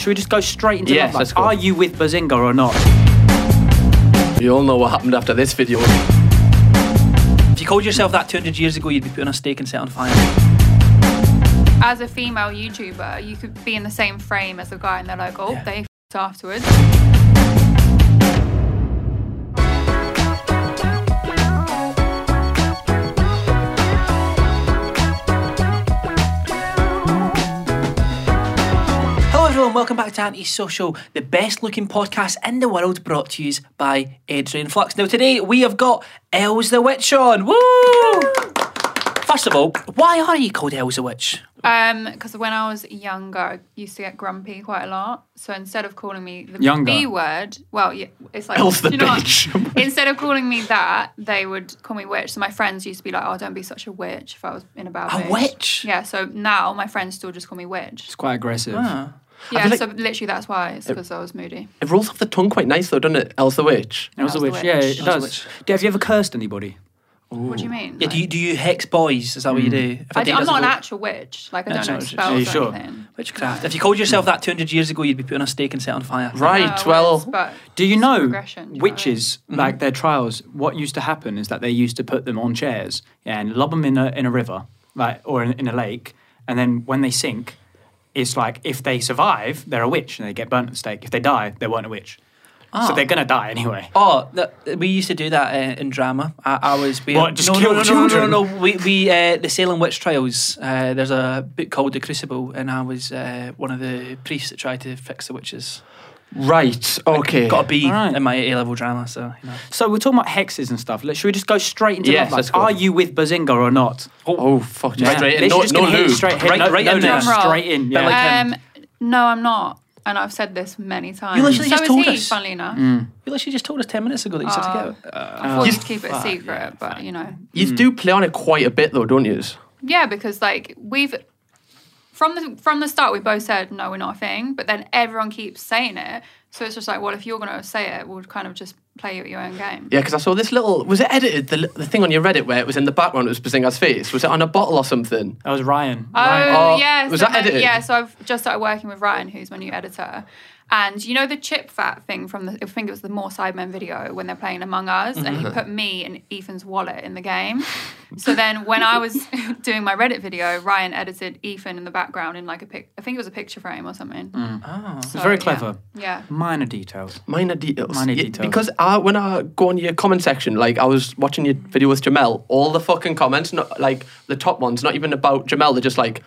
Should we just go straight into Yes, Love Live? let's go. Are you with Bazinga or not? You all know what happened after this video. If you called yourself that 200 years ago, you'd be putting a steak and set on fire. As a female YouTuber, you could be in the same frame as a guy, and they're like, oh, they f- afterwards. Hello, everyone. Welcome back to Antisocial, the best looking podcast in the world, brought to you by Adrian Flux. Now, today we have got Els the Witch on. Woo! First of all, why are you called Els the Witch? Um, because when I was younger, I used to get grumpy quite a lot. So instead of calling me the Younger. B word, well, yeah, it's like Elf the do you know what? bitch. instead of calling me that, they would call me witch. So my friends used to be like, "Oh, don't be such a witch." If I was in a bad A mood. witch? Yeah. So now my friends still just call me witch. It's quite aggressive. Yeah. like- so literally, that's why it's because I was moody. It rolls off the tongue quite nice though, doesn't it? Else the witch. That was a That was witch. the Yeah, witch. it That was does. the witch. Do- have you ever cursed anybody? What do you mean? Yeah, do you, do you hex boys? Is that what Hmm. you do? If a I date am doesn't not an go- actual witch. Like I don't know not- Are you spells or sure? anything. Witchcraft. If you called yourself that 200 years ago, you'd be putting a steak and set on fire. No, I Right, was, well, but Do you it's know progression, do you know what I mean? witches, like their trials, what used to happen is that they used to put them on chairs and lob them in a, in a river like, or in, in a lake. And then when they sink, it's like if they survive, they're a witch and they get burnt at the stake. If they die, they weren't a witch. So they're going to die anyway. Oh, th- we used to do that uh, in drama. I, I was being What, just no, kill no, no, children? No, no, no. We, we uh, the Salem witch trials. Uh, there's a book called The Crucible, and I was uh, one of the priests that tried to fix the witches. right, okay. Got a B Alright. in my A level drama, so you know. So we're talking about hexes and stuff. Let- Should we just go straight into Yes, Love Live? let's go. Are you with Bazinga or not? Oh fuck! Just Yeah. straight They in. should No, just no gonna hit lube. Straight, hit, Right- no, right no, in no, there. Drum roll. straight in. But Yeah. like- Um, no, I'm not, and I've said this many times. literally so just is told he, us. Funnily enough, You literally just told us ten minutes ago that you said to get. out. I thought you- you'd keep it a secret, but you know, You do play on it quite a bit though, don't you? yeah, because like we've from the from the start, we both said no, we're not a thing, but then everyone keeps saying it, so it's just like, well, if you're going to say it, we'll kind of just play at your own game. Yeah, because I saw this little. Was it edited? The, the thing on your Reddit where it was in the background. It was Bazinga's face. Was it on a bottle or something? That was Ryan. Oh, Ryan. Oh, yeah. was so that then- edited? Yeah, so I've just started working with Ryan, who's my new editor. And you know the chip fat thing from the I think it was the More Sidemen video when they're playing Among Us, and Mm-hmm. he put me and Ethan's wallet in the game. So then when I was doing my Reddit video, Ryan edited Ethan in the background in like a pic. I think it was a picture frame or something. Mm. Ah. It's very clever. Yeah. Minor details. Minor details. Minor Yeah, details. Because I, when I go on your comment section, like I was watching your video with Jamel, all the fucking comments, not like the top ones, not even about Jamel. They're just like,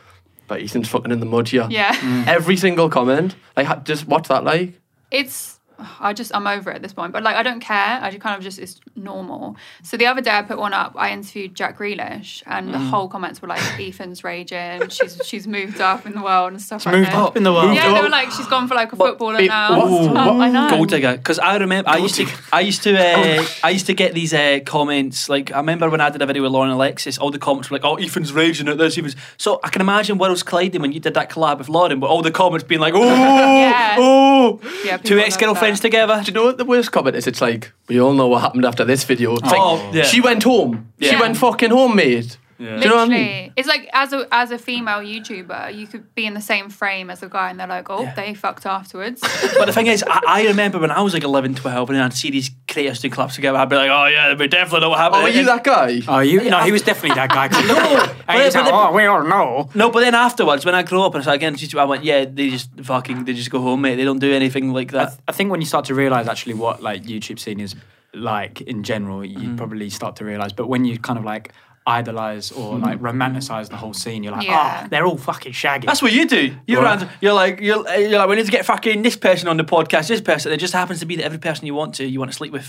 "But Ethan's fucking in the mud here." Yeah. Mm. Mm. Every single comment. Like, ha- just what's that like? it's I just I'm over it at this point, but like I don't care. I just kind of just it's normal. So the other day I put one up. I interviewed Jack Grealish, and Mm. the whole comments were like, "Ethan's raging. She's she's moved up in the world and stuff." like Moved this. up in the world. Yeah, they up. were like, "She's gone for like a footballer be- now." what? Oh, What? I know. Gold digger, because I remember I used to, I used to, uh, I used to get these uh, comments. Like I remember when I did a video with Lauren Alexis, all the comments were like, "Oh, Ethan's raging at this." Ethan's. So I can imagine Will's Clyden when you did that collab with Lauren, but all the comments being like, "Oh, Yeah. oh, Yeah, people two love ex girlfriends that. together." Do you know what the worst comment is? It's like, we all know what happened after this video. It's like, Oh, yeah. she went home. She Yeah. went fucking home, mate. Do you know what I mean? Literally, it's like as a as a female YouTuber, you could be in the same frame as a guy, and they're like, "Oh, they fucked afterwards." But the thing is, I, I remember when I was like 11, 12, and I'd see these creators do collabs together. I'd be like, "Oh yeah, we definitely know what happened." Oh, are you And- that guy? Oh, you? No, he was definitely that guy. No, And he's but- like, oh, we all know. No, but then afterwards, when I grew up and I started getting into YouTube, I went, yeah, they just fucking, they just go home, mate. They don't do anything like I, that. I think when you start to realize actually what like YouTube scene is like in general, you probably start to realize. But when you kind of like idolize or like romanticize the whole scene, you're like, Yeah. oh, they're all fucking shaggy. That's what you do. You're, Right. around- you're like, you're, uh, you're like, we need to get fucking this person on the podcast, this person. It just happens to be that every person you want to, you want to sleep with.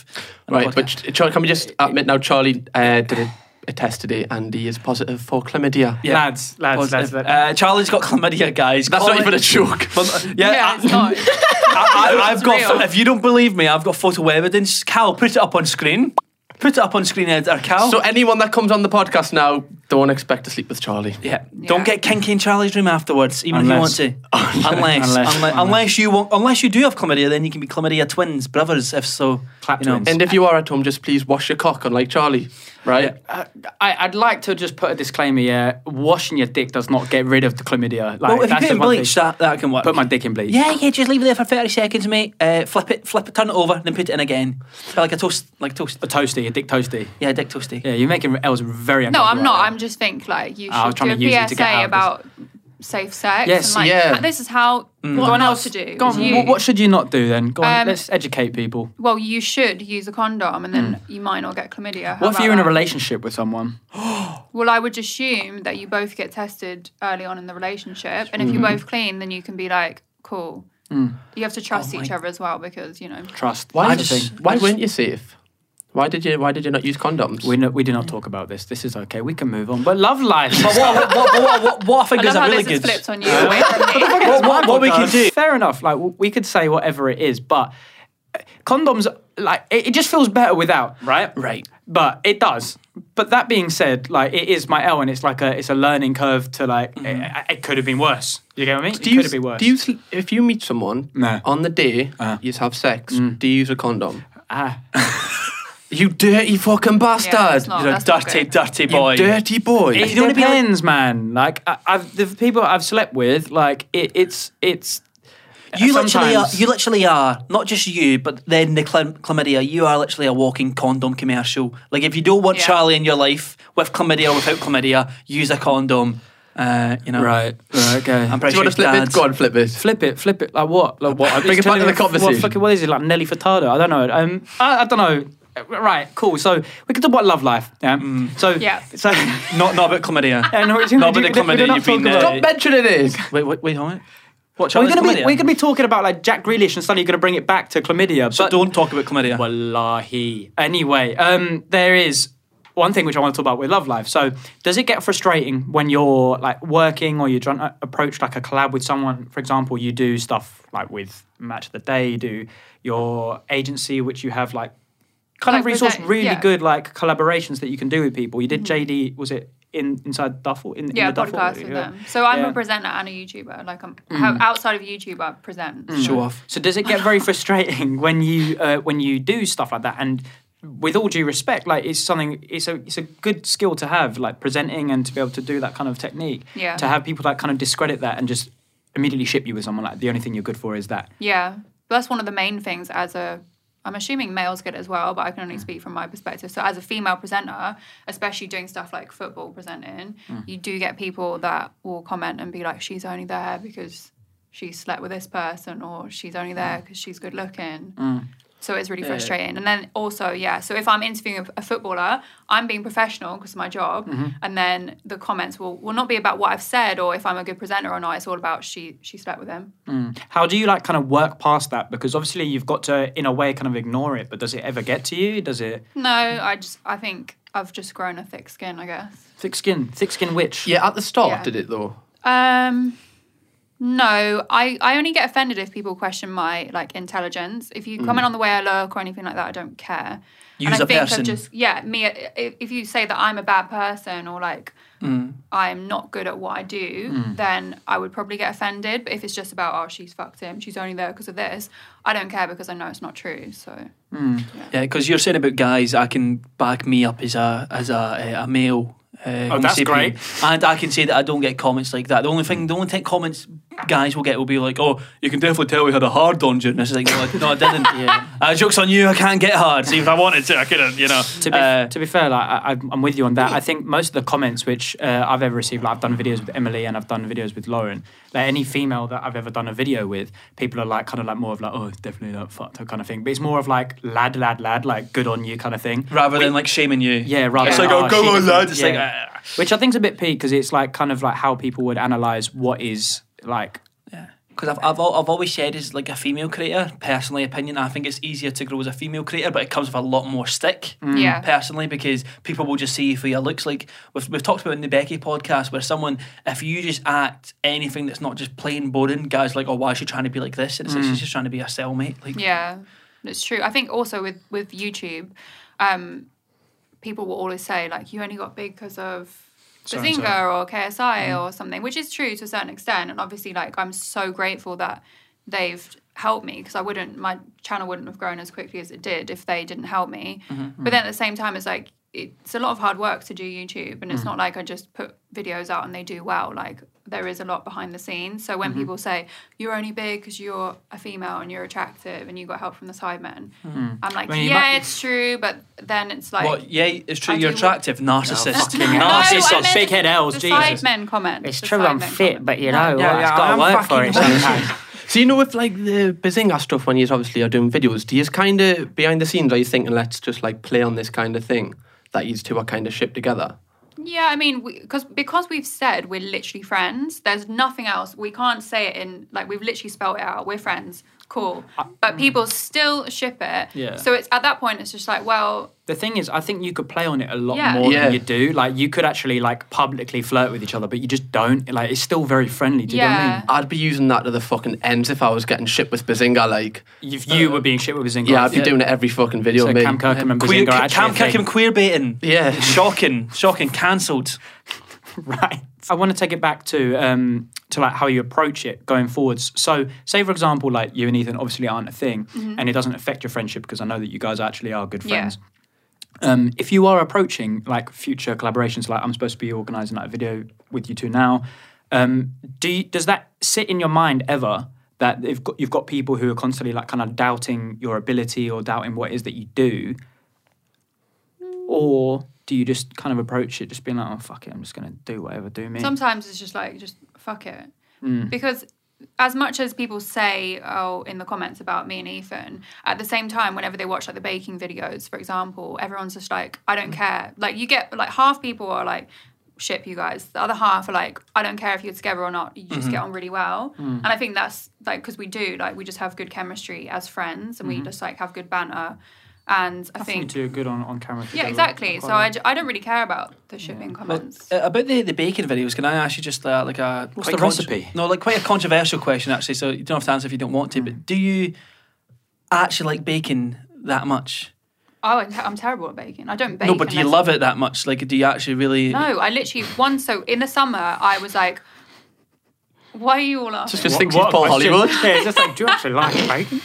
on the Right, but podcast. Ch- Charlie, can we just admit now? Charlie uh, did a, a test today, and he is positive for chlamydia. yeah. lads, lads, lads, Positive. lads. Uh, Charlie's got chlamydia, guys. That's Call not it- even a joke. But- yeah, yeah, it's I, not. I, have It's got. real. If you don't believe me, I've got photo evidence. Cal, put it up on screen. Put it up on screen, Ed, or Cal. So anyone that comes on the podcast now, Don't expect to sleep with Charlie. Yeah. Yeah. Don't get kinky in Charlie's room afterwards, even Unless- if you want to. unless, unless, Unless- unless, unless. you want, unless you do have chlamydia, then you can be chlamydia twins, brothers, if so. Clap you know. twins. And if you are at home, just please wash your cock, unlike Charlie, right? Uh, I, I'd like to just put a disclaimer here. Washing your dick does not get rid of the chlamydia. Like, Well, if you that's put the in one bleach, thing. that, that can work. Put my dick in bleach. Yeah, yeah, just leave it there for 30 seconds, mate. Uh, flip it, flip it, turn it over, then put it in again. Like a toast, like toast. A toasty, a dick toasty. Yeah, dick toasty. Yeah, you're making Els very No, uncomfortable I'm not. right I'm just think like you I was should do trying a to use you to get PSA out about of safe sex. Yes, and, like, yeah. This is how what now. not else. to do. Go It's on. you. What, what should you not do then? Go on. Um, let's educate people. well, you should use a condom, and then you might not get chlamydia. How Mm. What if about you're in a that? relationship with someone? Well, I would assume that you both get tested early on in the relationship, and if you're Mm. both clean, then you can be like, cool. You have to trust Oh each other as well because you know. Trust. Why, That's the just, thing. why weren't you safe? Why did you Why did you not use condoms? We, no, we do not talk about this. This is okay. We can move on. But love life. But what, what, what, what, what, I think I is love a how really this good. is flipped on you away from me. What, what, what we can do. Fair enough. Like w- we could say whatever it is, but uh, condoms, like it, it just feels better without, right? Right. But it does. But that being said, like it is my L, and it's like a it's a learning curve to like it, it could have been worse. Mm-hmm. You get what I mean? do it you, could have been worse. do you sl- if you meet someone No. on the day Uh. you have sex, Mm. do you use a condom? Ah. You dirty fucking bastard! Yeah, it's not. You're a That's not dirty, good. dirty You boy. dirty boy! It don't wanna be like- depends, man. Like I, I've the people I've slept with, like it, it's it's. You literally are. sometimes- You literally are not just you, but then the chlam- chlamydia. You are literally a walking condom commercial. Like if you don't want Yeah. Charlie in your life with chlamydia or without chlamydia, use a condom. Uh, you know. right. right, Okay. I'm Do pretty you want to sure flip it? dads. Go on, flip it. Flip it, flip it. Like what? Like what? Bring it It's back to the telling- conversation. What, fucking, what is it? Like Nelly Furtado? I don't know. Um, I, I don't know. Right, cool. So we can talk about love life. Yeah. So Yeah. So Not not about chlamydia. Yeah, no, it's- Mm. not we about the do- we do chlamydia not you've been. talk about- Stop mentioning it. wait, wait, wait, hold on. What we're Charlie's gonna be chlamydia? we're gonna be talking about like Jack Grealish and suddenly you're gonna bring it back to chlamydia. so but don't talk about chlamydia. Wallahi. Anyway, um, there is one thing which I want to talk about with love life. So, does it get frustrating when you're like working or you're trying to approach like a collab with someone? For example, you do stuff like with Match of the Day, you do your agency, which you have like kind of Like, resource present- really yeah. Mm-hmm. good like collaborations that you can do with people. You did JD, was it in inside Duffel? In, Yeah, in the Duffel? podcast with them. Yeah. So I'm Yeah. Mm. a presenter and a YouTuber. Like I'm how outside of YouTube, I present. Show off. So does it get very frustrating when you uh, when you do stuff like that? And with all due respect, like it's something it's a it's a good skill to have, like presenting and to be able to do that kind of technique. Yeah. To have people that kind of discredit that and just immediately ship you with someone like the only thing you're good for is that. Yeah, that's one of the main things as a. I'm assuming males get it as well, but I can only speak from my perspective. So as a female presenter, especially doing stuff like football presenting, you do get people that will comment and be like, "She's only there because she slept with this person," or "She's only there because she's good looking." So it's really frustrating. And then also, yeah, so if I'm interviewing a, a footballer, I'm being professional because of my job. And then the comments will, will not be about what I've said or if I'm a good presenter or not. It's all about she she slept with him. How do you like kind of work past that? Because obviously you've got to in a way kind of ignore it, but does it ever get to you? Does it No, I just I think I've just grown a thick skin, I guess. thick skin, thick skin witch? Yeah, at the start Yeah. did it though. Um no, I, I only get offended if people question my like intelligence. If you comment on the way I look or anything like that, I don't care. Mm. You and as I a think person. I've just yeah, me i- if you say that I'm a bad person or like Mm. I'm not good at what I do, then I would probably get offended. But if it's just about oh she's fucked him, she's only there because of this, I don't care because I know it's not true. So Yeah, because Uh, you're saying about guys, I can back me up as a as a a, a male. Uh, homo that's sapien. great. And I can say that I don't get comments like that. The only thing, the only thing comments guys will get will be like, "Oh, you can definitely tell we had a hard on during this." It's like, no, I, no, I didn't. yeah. uh, jokes on you. I can't get hard. See, if I wanted to, I couldn't. You know. to be, Uh, to be fair, like, I, I'm- I'm with you on that. I think most of the comments which uh, I've ever received, like I've done videos with Emily and I've done videos with Lauren, like any female that I've ever done a video with, people are like kind of like more of like, oh, definitely not fucked her kind of thing. But it's more of like lad, lad, lad, like good on you kind of thing. rather than like shaming you. Yeah, rather It's than, like, oh, "Oh, go she on, doesn't-" lad. It's like, Yeah. "Ah." which I think's a bit peak because it's like kind of like how people would analyze what is like Because I've, I've, al- I've always said, as like a female creator, personally opinion, I think it's easier to grow as a female creator, but it comes with a lot more stick. Mm. Yeah. Personally, because people will just see you for your looks. Like we've, we've talked about in the Becky podcast, where someone, if you just act anything that's not just plain boring, guys are like, oh, why is she trying to be like this? And it's like, she's just trying to be a cellmate. Like, Mm. Yeah, it's true. I think also with with YouTube, um, people will always say like, "You only got big because of Sorry, Bazinga sorry. or KSI Mm-hmm. or something, which is true to a certain extent. And obviously, like I'm so grateful that they've helped me because I wouldn't, my channel wouldn't have grown as quickly as it did if they didn't help me. Mm-hmm, But then at the same time, it's like it's a lot of hard work to do YouTube, Mm. and it's not like I just put videos out and they do well. Like there is a lot behind the scenes. So Mm-hmm. when people say you're only big because you're a female and you're attractive and you got help from the Sidemen, I'm like, I mean, Mm-hmm. you yeah, might- it's true, but then it's like. Well, yeah, it's true. I You're do- attractive, narcissist, fucking hell. I Narcissist, meant big head elves, the Jesus. Sidemen comment. It's the true I'm Sidemen fit, comment. but you know, Yeah, like, yeah, it's got I'm to work for fucking it sometimes. So you know, with like the Bazinga stuff, when you obviously are doing videos, do you kind of behind the scenes are you thinking, let's just like play on this kind of thing that these two are kind of shipped together? Yeah, I mean, because because we've said we're literally friends. There's nothing else. We can't say it in like we've literally spelled it out. We're friends. Cool. But people still ship it. Uh, mm. Yeah. So it's at that point it's just like, well, The thing is, I think you could play on it a lot Yeah. more Yeah. than you do. Like you could actually like publicly flirt with each other, but you just don't. Like it's still very friendly. Do you know what I yeah. mean? I'd be using that to the fucking ends if I was getting shipped with Bazinga. Like, If you were being shit with Bazinga, yeah, I'd be doing it every fucking video. So mate. Cam Kirkham and queer, Bazinga are actually Cam a thing. Kirkham queer baiting. Yeah. shocking, shocking. Cancelled. right i want to take it back to um to like how you approach it going forwards so say for example like you and ethan obviously aren't a thing and it doesn't affect your friendship because i know that you guys actually are good Mm-hmm. Yeah. friends um if you are approaching like future collaborations like i'm supposed to be organizing like a video with you two now um do you, does that sit in your mind ever that you've got, you've got people who are constantly like kind of doubting your ability or doubting what it is that you do or do you just kind of approach it just being like, oh fuck it, I'm just gonna do whatever do me? Sometimes it's just like, just fuck it. Because as much as people say, oh, in the comments about me and Ethan, at the same time, whenever they watch like the baking videos, for example, everyone's just like, I don't care. Like you get like half people are like, ship you guys. The other half are like, I don't care if you're together or not. You just get on really well. And I think that's like because we do like we just have good chemistry as friends, and we just like have good banter. And I, I think. think you do good on, on camera. yeah, together. exactly. So quite I, like- ju- I don't really care about the shipping comments. Uh, about the, the bacon videos, can I ask you just uh, like a What's quite the recipe? No, like quite a controversial question actually. So you don't have to answer if you don't want to. Hmm. But do you actually like bacon that much? Oh, I'm, I'm terrible at baking. I don't bake. no, but do you unless- love it that much? Like, do you actually really? No, I literally once. So in the summer, I was like, "Why are you all laughing?" Just thinks he's Paul question? Hollywood. yeah, it's just like, do you actually like bacon?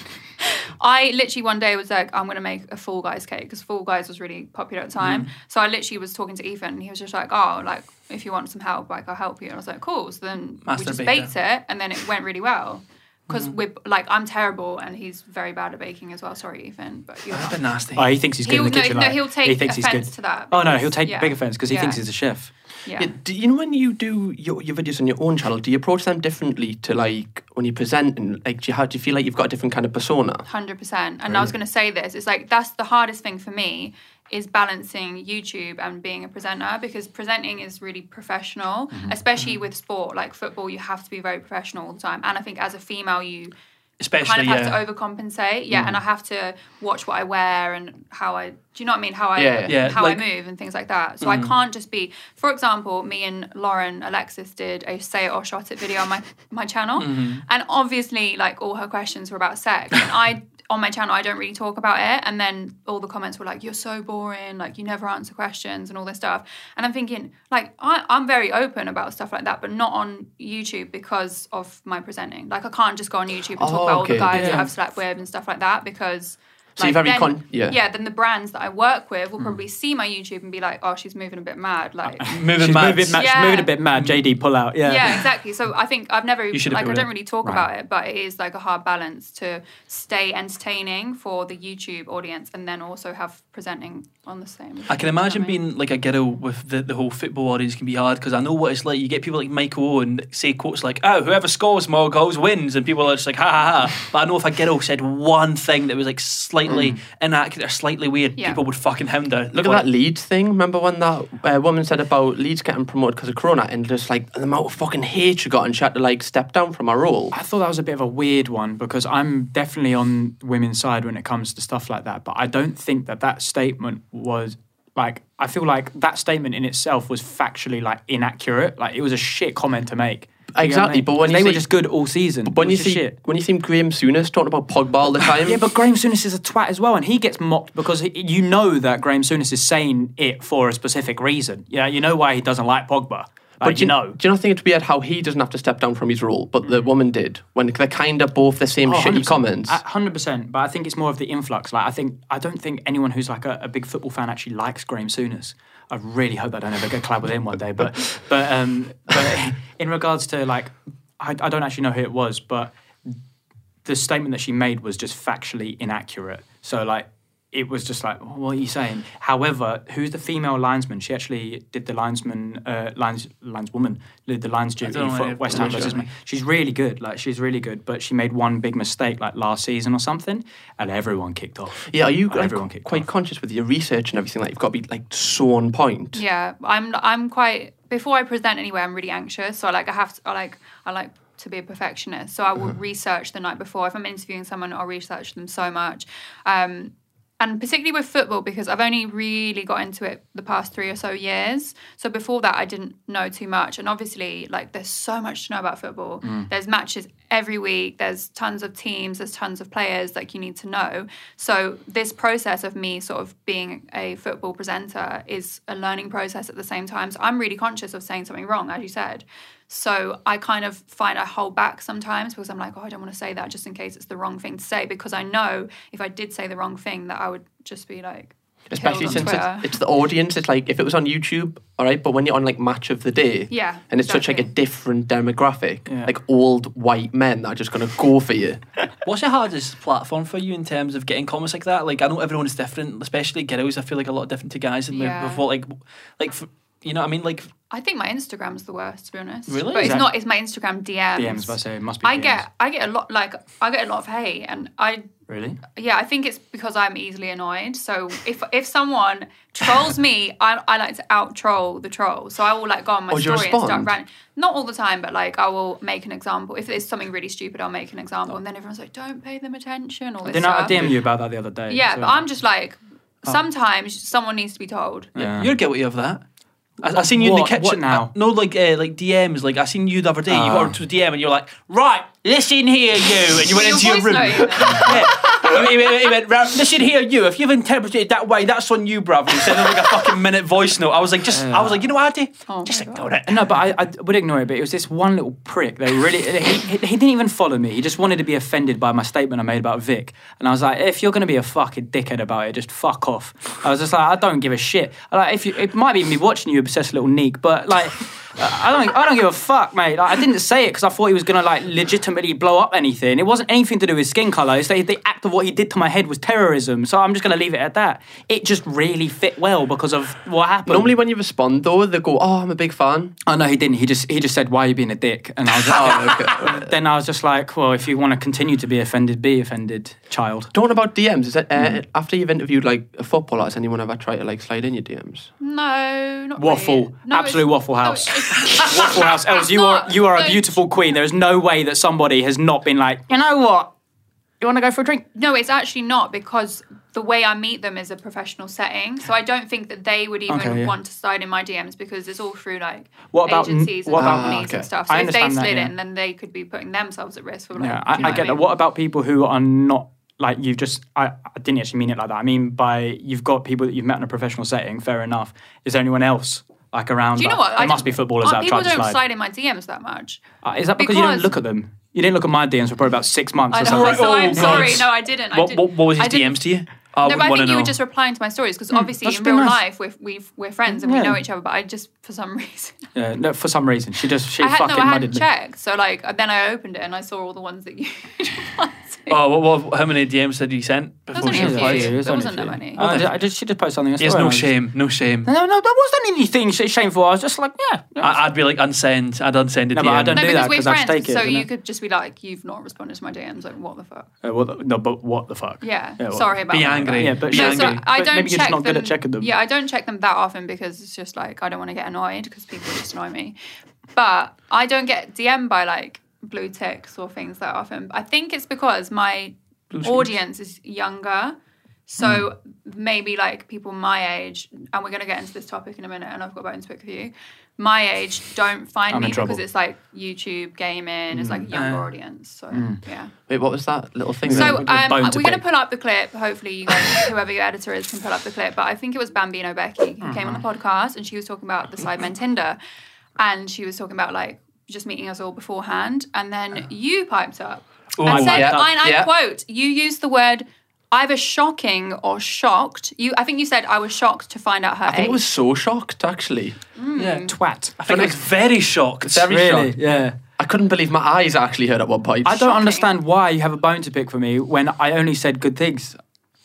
I literally one day was like, I'm going to make a Fall Guys cake because Fall Guys was really popular at the Mm. time. So I literally was talking to Ethan and he was just like, oh, like, if you want some help, like, I'll help you. And I was like, cool. So then Master we just baker. baked it and then it went really well. Because Mm. we're like, I'm terrible and he's very bad at baking as well. Sorry, Ethan, but you're That'd not. be nasty. Oh, he thinks he's good He'll- in the no, kitchen. no, like, he'll take he thinks offense he's good. to that Oh no, because- he'll take yeah. big offense because he Yeah. thinks he's a chef. Yeah. Yeah, do you know when you do your, your videos on your own channel, do you approach them differently to like when you present and like do you, how, do you feel like you've got a different kind of persona? Hundred percent. And I was going to say this. It's like that's the hardest thing for me is balancing YouTube and being a presenter because presenting is really professional, Mm-hmm. especially with sport like football. You have to be very professional all the time. And I think as a female, you kind Especially uh, of yeah. Mm-hmm. have to overcompensate. Yeah, and I have to watch what I wear and how I. Do you know what I mean? How I Yeah, yeah, how like- I move and things like that. So Mm. I can't just be. For example, me and Lauren Alexis did a say it or shot it video on my my channel, Mm-hmm. and obviously, like all her questions were about sex, and I. On my channel, I don't really talk about it. And then all the comments were like, you're so boring, like, you never answer questions and all this stuff. And I'm thinking, like, I, I'm very open about stuff like that, but not on YouTube because of my presenting. Like, I can't just go on YouTube and talk Oh, about all the okay. guys that Yeah. I've slept with and stuff like that because. So you've like, had then, recon- yeah. then the brands that I work with Hmm. will probably see my YouTube and be like, "Oh, she's moving a bit mad." Like, moving She's mad. moving, mad, she's Yeah. moving a bit mad. JD, pull out. Yeah. yeah, exactly. So I think I've never You should like I have don't been- really talk about it, but it is like a hard balance to stay entertaining for the YouTube audience and then also have presenting on the same. I can imagine being like a girl with the, the whole football audience can be hard because I know what it's like. You get people like Michael Owen that say quotes like, oh, whoever scores more goals wins. And people are just like, ha ha ha. But I know if a girl said one thing that was like slightly inaccurate or slightly weird, Yeah. people would fucking hound her. Mm. Look at that Leeds thing. Remember when that uh, woman said about Leeds getting promoted because of Corona and just like the amount of fucking hate she got and she had to like step down from her role. I thought that was a bit of a weird one because I'm definitely on women's side when it comes to stuff like that. But I don't think that that statement was like I feel like that statement in itself was factually like inaccurate. Like it was a shit comment to make. You know what Exactly, I mean? but when you they were see- just good all season, When you which is see shit. when you see Graham Souness talking about Pogba all the time, Yeah, but Graham Souness is a twat as well, and he gets mocked because he, you know that Graham Souness is saying it for a specific reason. Yeah, you know why he doesn't like Pogba. Like, But do you know. Mm. Do you not think it's weird how he doesn't have to step down from his role, but the woman did when they're kind of both the same shitty comments? Oh, Hundred percent, but I think it's more of the influx. Like I think I don't think anyone who's like a, a big football fan actually likes Graham Souness. I really hope I don't ever get collab with him one day. But but um, but in regards to like, I, I don't actually know who it was, but the statement that she made was just factually inaccurate. So like. It was just like, what are you saying? However, who's the female linesman? She actually did the linesman, uh, lines lineswoman, did the lines duty don't know for any- West I'm Ham not versus sure. Man- She's really good. Like she's really good, but she made one big mistake like last season or something, and everyone kicked off. yeah, are you like, everyone kicked quite off. conscious with your research and everything? Like you've got to be like so on point. Yeah, I'm I'm quite before I present anywhere, I'm really anxious. So like I have to I like I like to be a perfectionist. So I will research the night before. If I'm interviewing someone, I'll research them so much. Um, and particularly with football because I've only really got into it the past 3 or so years. So before that I didn't know too much and obviously like there's so much to know about football. There's matches every week, there's tons of teams, there's tons of players like you need to know. So this process of me sort of being a football presenter is a learning process at the same time. So I'm really conscious of saying something wrong, as you said. So I kind of find I hold back sometimes because I'm like, oh, I don't want to say that just in case it's the wrong thing to say. Because I know if I did say the wrong thing, that I would just be like, Especially killed on since Twitter. it's, it's the audience. It's like if it was on YouTube, all right, but when you're on like Match of the Day, Yeah, and it's such like a exactly. different demographic, Yeah. like old white men that are just gonna go for you. What's the hardest platform for you in terms of getting comments like that? Like, I know everyone's different, especially girls. I feel like a lot different to guys, and Yeah. we've, we've all like, like, f- you know what I mean? Like, I think my Instagram's the worst, to be honest. Really? But Is it's that- not. It's my Instagram DMs. DMs, I say, it must be. I DMs. get, I get a lot. Like, I get a lot of hate, and I really. Yeah, I think it's because I'm easily annoyed. So if if someone trolls me, I, I like to out troll the troll. So I will like go on my Oh, do you story and start respond? ranting. Not all the time, but like I will make an example. If it's something really stupid, I'll make an example, and then everyone's like, "Don't pay them attention." All this Didn't I, I stuff. DM you about that the other day? yeah, so- Oh. but I'm just like, sometimes someone needs to be told. Yeah. you're guilty of that. I, I seen you What- in the what kitchen now? no, like, uh, like DMs. Like, I seen you the other day. you Ah. got to a DM, and you're like, right, listen here, you, and you went Your into your voice room. note, you know. Yeah. he went, he went, "Right, listen here, you. If you've interpreted it that way, that's on you, bruv. He sent him like a fucking minute voice note. I was like, just, I was like, you know what, Addy? Oh just my ignore God. it. No, but I, I would ignore it. But it was this one little prick. They really he, he, he didn't even follow me. He just wanted to be offended by my statement I made about Vic. And I was like, if you're going to be a fucking dickhead about it, just fuck off. I was just like, I don't give a shit. Like, if you, it might be me watching you obsessed little neek, but like. I don't. I don't give a fuck, mate. Like, I didn't say it because I thought he was gonna like legitimately blow up anything. It wasn't anything to do with skin colour. It's the, the act of what he did to my head was terrorism. So I'm just gonna leave it at that. It just really fit well because of what happened. Normally, when you respond though, they go, "Oh, I'm a big fan." Oh no, he didn't. He just he just said, "Why are you being a dick?" And I was like, oh, okay. then I was just like, "Well, if you want to continue to be offended, be offended, child." Don't about DMs. Is that uh, Mm. after you've interviewed like a footballer? Has anyone ever tried to like slide in your DMs? No, not Waffle, really. No, absolute it's- Waffle no, House. it's- Waffle House, Els, you are not- you are a no. beautiful queen. There is no way that somebody has not been like, you know what, you want to go for a drink? No, it's actually not because the way I meet them is a professional setting. So I don't think that they would even Okay, yeah. want to slide in my DMs because it's all through like What about- agencies and what about- companies Ah, okay. and stuff. So I if they understand that, slid yeah. in, then they could be putting themselves at risk for like. Yeah, do I, you know I get that. mean? What about people who are not like you've just? I, I didn't actually mean it like that. I mean by you've got people that you've met in a professional setting. Fair enough. Is there anyone else like around? Do you know that- what? There I must don't- be footballers that have People tried to don't slide. slide in my DMs that much. Uh, is that because, you didn't Because- look at them? You didn't look at my DMs for probably about six months I or know. something. so Oh, I'm God. sorry. No, I didn't. I What, didn't. what, what was I his didn't- DMs to you? Oh, Oh, I no, but I want to think you know. were just replying to my stories because obviously Mm, that's in been real nice. life we're, we've, we're friends and Yeah. we know each other. But I just for some reason Yeah, no, for some reason, she just she I had fucking no I mudded hadn't me. checked. So like then I opened it and I saw all the ones that you. replied to. Oh, what, what, how many DMs did you send That before was she only a replied? few. It was That only wasn't a that few. many. Oh, I ju- I just, she just posted something. on There's Instagram. no I just- shame, no shame. No, no, there wasn't anything sh- shameful. I was just like, yeah. yeah. I, I'd be like unsend. I'd unsend a No, DM. but I don't No, do because that we're 'cause I'd friends, take it, so isn't you it? could just be like, "You've not responded to my DMs." Like, what the fuck? Uh, what the- no, but what the fuck? Yeah, well, sorry about Be that. angry. Yeah, but Be she- No, angry. so I But don't maybe you're check just not them. good at checking them. Yeah, I don't check them that often because it's just like I don't want to get annoyed because people just annoy me. But I don't get DM by like blue ticks or things that often. I think it's because my audience is younger, So Hmm. maybe like people my age, and we're gonna get into this topic in a minute, and I've got about into it with you. My age don't find I'm me in trouble. Hmm. because it's like YouTube gaming, it's like a younger audience. So yeah. Wait, what was that little thing? So there? we've um, got a bone to we're going to pick. pull up the clip. Hopefully, you guys, whoever your editor is, can pull up the clip. But I think it was Bambino Becky who came on Mm-hmm. the podcast, and she was talking about the Sidemen Tinder, and she was talking about like just meeting us all beforehand, and then you piped up Oh, I and said, piped up, and I yeah. quote, you used the word either shocking or shocked. You, I think you said I was shocked to find out her I think age. I was so shocked actually. Yeah. Twat. I think I was very shocked. Very Really? shocked. Yeah. I couldn't believe my eyes actually hurt at one point. I don't understand why you have a bone to pick for me when I only said good things.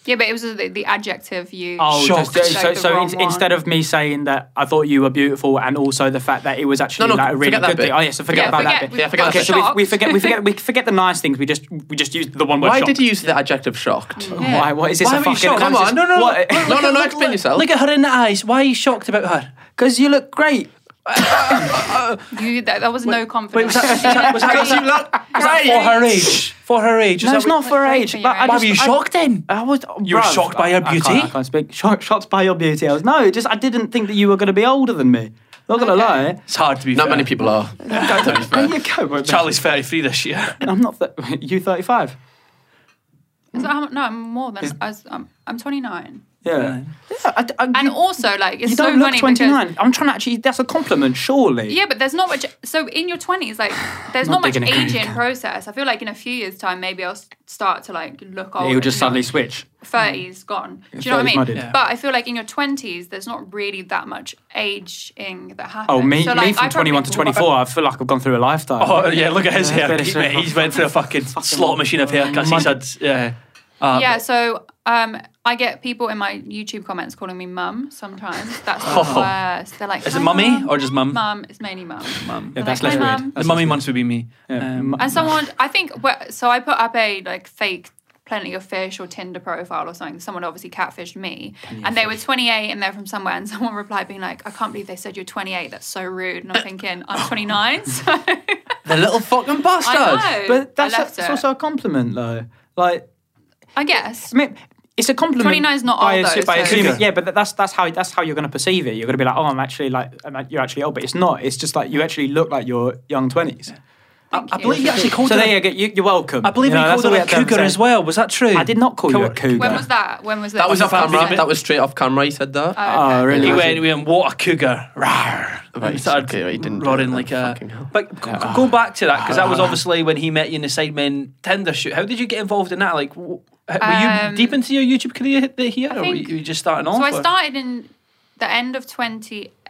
yeah, but it was the, the adjective you. just- Shocked. so Like the so wrong in- one. instead of me saying that I thought you were beautiful, and also the fact that it was actually No, no, like a really forget that good bit. thing. Oh yes, so forget Yeah, about forget, that bit. we- Yeah, forget I okay, was that so we, we shocked. forget we forget we forget the nice things. We just we just used the one word. Why shocked. did you use the adjective shocked? Why? What is this? Why a were you fucking shocked? Come analysis? on, no, no, What- no, no, no, explain yourself. Look at her in the eyes. Why are you shocked about her? Because you look great. You, that, that was no confidence. Wait, was that, was that, was that, was that, for her age? For her age? Was No, that it's what- not for Like, age. for your But I age. Why just- were you I- shocked then? I was. You were bruv, shocked by I- your I can't- beauty? I can't speak. Shocked, shocked by your beauty. I was no. Just I didn't think that you were going to be older than me. Not gonna Okay. lie. It's hard to be Not fair. many people are. To be fair. There you go. bro. Charlie's 33 this year. I'm not. Th- you 35. Is that how mu- no, I'm more than I was, I'm, I'm 29. Yeah. Yeah. I, I, And you, also, like, it's you so don't look funny 29. because I'm trying to actually. That's a compliment, surely. yeah, but there's not much. So in your 20s, like, there's Not not, much digging a aging crack. process. I feel like in a few years' time, maybe I'll s- start to like look older. You'll just you know? suddenly switch. 30s gone. Do you know 30s what I mean? mudded. Yeah. But I feel like in your 20s, there's not really that much aging that happens. Oh, me, So, me like, I from probably- 21 to 24, I feel like I've gone through a lifetime. Oh, yeah, look at his Yeah, hair. better He, shave mate, off. he's went through a fucking, slot machine of haircuts. He's had, yeah. Uh, Yeah, so um, I get people in my YouTube comments calling me mum sometimes. That's the Oh. worst. They're like, Is it "Hi, mummy Mum." or just mum? Mum, it's mainly mum. Mum. Yeah, They're that's like, less "Hi, weird. Mum." That's the mummy months would be me. Yeah, Um, mu- And someone, I think, wh- so I put up a like fake Plenty of Fish or Tinder profile or something. Someone obviously catfished me, and they were 28 and they're from somewhere. And someone replied being like, "I can't believe they said you're 28. That's so rude." And I'm thinking, I'm 29, so The little fucking bastard. I know. But that's, I a, left that's it. also a compliment, though. Like, I guess. I mean, it's a compliment. 29 is not by old, assu- though, by so- assuming- Cougar. yeah, but that's that's how that's how you're going to perceive it. You're going to be like, oh, I'm actually like I'm, act- you're actually old, but it's not. It's just like you actually look like you're young twenties. I, I you. believe he actually called So her. there you go. You, you're welcome. I believe you know, he that's called all her we a have to cougar say. as well. Was that true? I did not call you a cougar. When was that? When was that? That was off family camera. bit. That was straight off camera. He said that. Oh, really? He went, he went, what a cougar. Rawr. Right, And started okay, right, he didn't do roaring that, like a. fucking hell. Ah. But g- g- go back to that, because that was obviously when he met you in the Sidemen Tinder shoot. How did you get involved in that? Like, wh- were you Um, deep into your YouTube career th- here, or were think- you you just starting off? So I or- started in the end of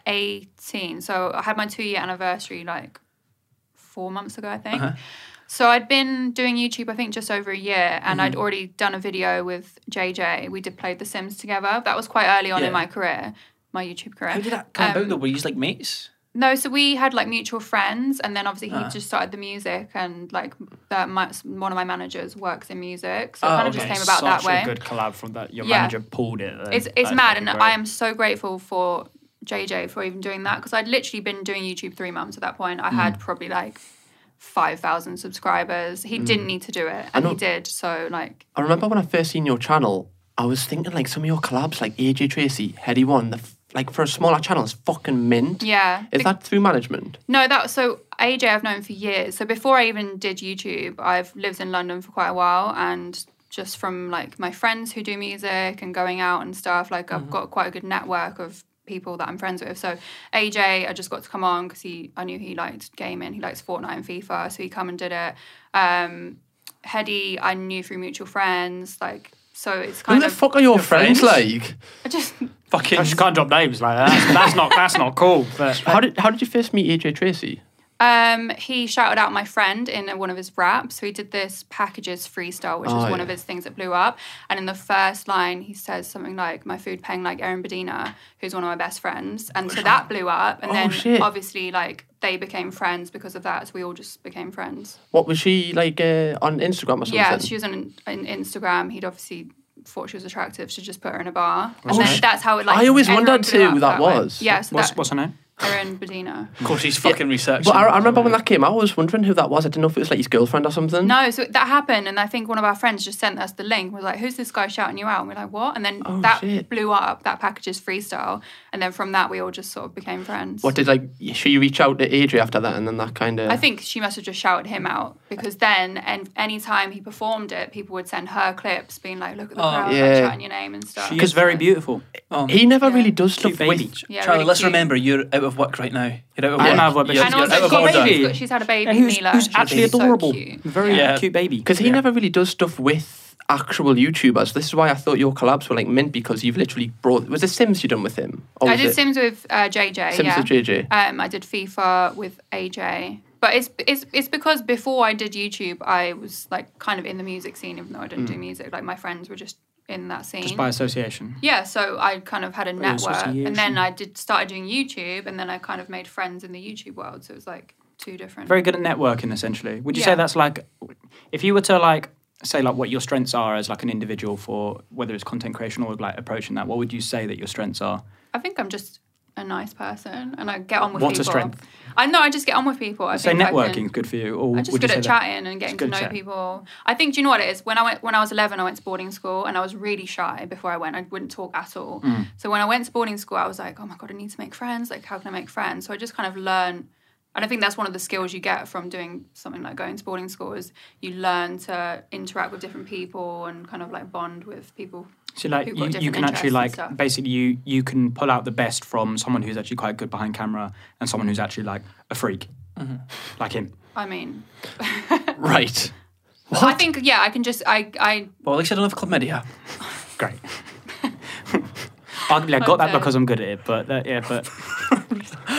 2018. So I had my two year anniversary like four months ago, I think. Uh-huh. So I'd been doing YouTube, I think, just over a year, Mm-hmm. and I'd already done a video with JJ. We did play The Sims together. That was quite early on Yeah. in my career, my YouTube career. How did that come about Um, though? Were you just like mates? No, so we had like mutual friends, and then obviously he Uh-huh. just started the music, and like that my, one of my managers works in music, so it Oh, kind of just okay. came about that way. collab from that. Your Yeah. manager pulled it. it's it's mad, and I am so grateful for JJ for even doing that because I'd literally been doing YouTube three months at that point. I had probably like five thousand subscribers. He didn't need to do it, and he know. did. So like, I remember when I first seen your channel, I was thinking like some of your collabs, like AJ Tracy, Heady One, the f- like for a smaller channel, is fucking mint. yeah, Is that through management? No, that was- so AJ I've known for years. So before I even did YouTube, I've lived in London for quite a while and just from like my friends who do music and going out and stuff, like Mm-hmm. I've got quite a good network of people that I'm friends with. So AJ, I just got to come on because he I knew he liked gaming, he likes Fortnite and FIFA, so he come and did it. Um Hedy, I knew through mutual friends, like so it's Who kind the of fuck are your friends, friends? like? I just Fucking. I just can't drop names like that. That's not that's not cool. But How did how did you first meet AJ Tracy? Um, he shouted out my friend in one of his raps. So he did this packages freestyle, which was Oh, one yeah. of his things that blew up. And in the first line, he says something like, "My food paying like Erin Bedina, who's one of my best friends," and so that blew up. And Oh, then shit. obviously, like they became friends because of that. So we all just became friends. What was she like uh, on Instagram or something? Yeah, she was on, on Instagram. He'd obviously thought she was attractive, so just put her in a bar, and then that's how it like. I always everyone wondered blew who up that way. was. Yeah, so what's that, what's her name? Erin Bedino. Of course, he's fucking researching. But I, I remember when that came out, I was wondering who that was. I didn't know if it was like his girlfriend or something. No, so that happened, and I think one of our friends just sent us the link. We're like, "Who's this guy shouting you out?" And we're like, "What?" And then Oh, that shit. blew up. That package's freestyle, and then from that, we all just sort of became friends. What did like she reach out to Adri after that, and then that kind of. I think she must have just shouted him out because then, and any time he performed it, people would send her clips, being like, "Look at the Oh, crowd, yeah. like, shouting your name and stuff." She is very beautiful. Oh, he never Yeah. really does stuff Cute baby. with. Yeah, Charlie, really let's cute. remember you're out of work right now. You're out of I'm work. out of work, but You're- And she's- you're also, out she's of got order. she's got a baby. baby. She's had a baby, Yeah, who's, Mila. who's She's absolutely so adorable. cute. Very Yeah. cute baby. Because he Yeah. never really does stuff with actual YouTubers. This is why I thought your collabs were like mint because you've literally brought. Was it Sims you done with him? Or I was did it Sims with uh, JJ. Sims yeah. with JJ. Um, I did FIFA with AJ, but it's it's it's because before I did YouTube, I was like kind of in the music scene, even though I didn't do music. Like my friends were just in that scene. Mm. Just by association. yeah, so I kind of had a network, association. and then I did started doing YouTube, and then I kind of made friends in the YouTube world. So it was like two different. Very good at networking, essentially. Would you Yeah. say that's like, if you were to like say like what your strengths are as like an individual for whether it's content creation or like approaching that, what would you say that your strengths are? I think I'm just a nice person, and I get on with What's a people. strength? I know I just get on with people. I Say think I networking's can- good for you, or I'm just would good you at say that- chatting and getting It's to good know at chatting. people. I think do you know what it is? When I went when I was eleven, I went to boarding school and I was really shy before I went. I wouldn't talk at all. Mm. So when I went to boarding school, I was like, oh my god, I need to make friends. Like, how can I make friends? So I just kind of learn. And I think that's one of the skills you get from doing something like going to boarding school is you learn to interact with different people and kind of like bond with people. So like who've you, got you different can actually like interests and stuff. basically you you can pull out the best from someone who's actually quite good behind camera and someone who's actually like a freak, Mm-hmm. like him. I mean, Right. I think yeah, I can just I I Well, at least I don't have Club Media. Great. Arguably, I got that Okay. because I'm good at it, but uh, yeah, but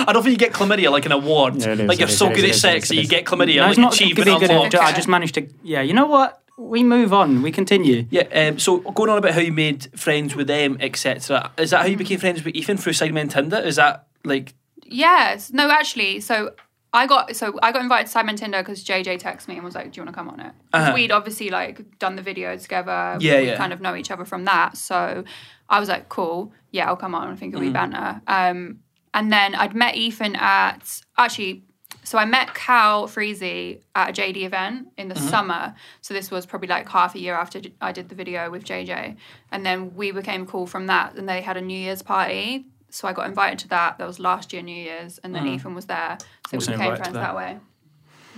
I don't think you get chlamydia like an award. Yeah, it is, like you're it is, so it is, good it at is, it sex is, that it you is. get chlamydia No, like it's not achievement being good at award. it. I just managed to. Yeah, you know what? We move on. We continue. Yeah. Um, so going on about how you made friends with them, etc. Is that how you became friends with Ethan through Sidemen Tinder? Is that like Yes. No, actually, so I got so I got invited to Simon Tinder because JJ texted me and was like, "Do you want to come on it?" 'Cause Uh-huh. We'd obviously like done the video together. Yeah, we yeah. kind of know each other from that. So I was like, "Cool, yeah, I'll come on." I think it'll be Mm-hmm. banter. Um, and then I'd met Ethan at actually. So I met Cal Freezy at a JD event in Mm-hmm. the summer. So this was probably like half a year after I did the video with JJ, and then we became cool from that. And they had a New Year's party, so I got invited to that. That was last year New Year's, and then Ethan was there, so Mm. we Wasn't became invited to friends that. that. way.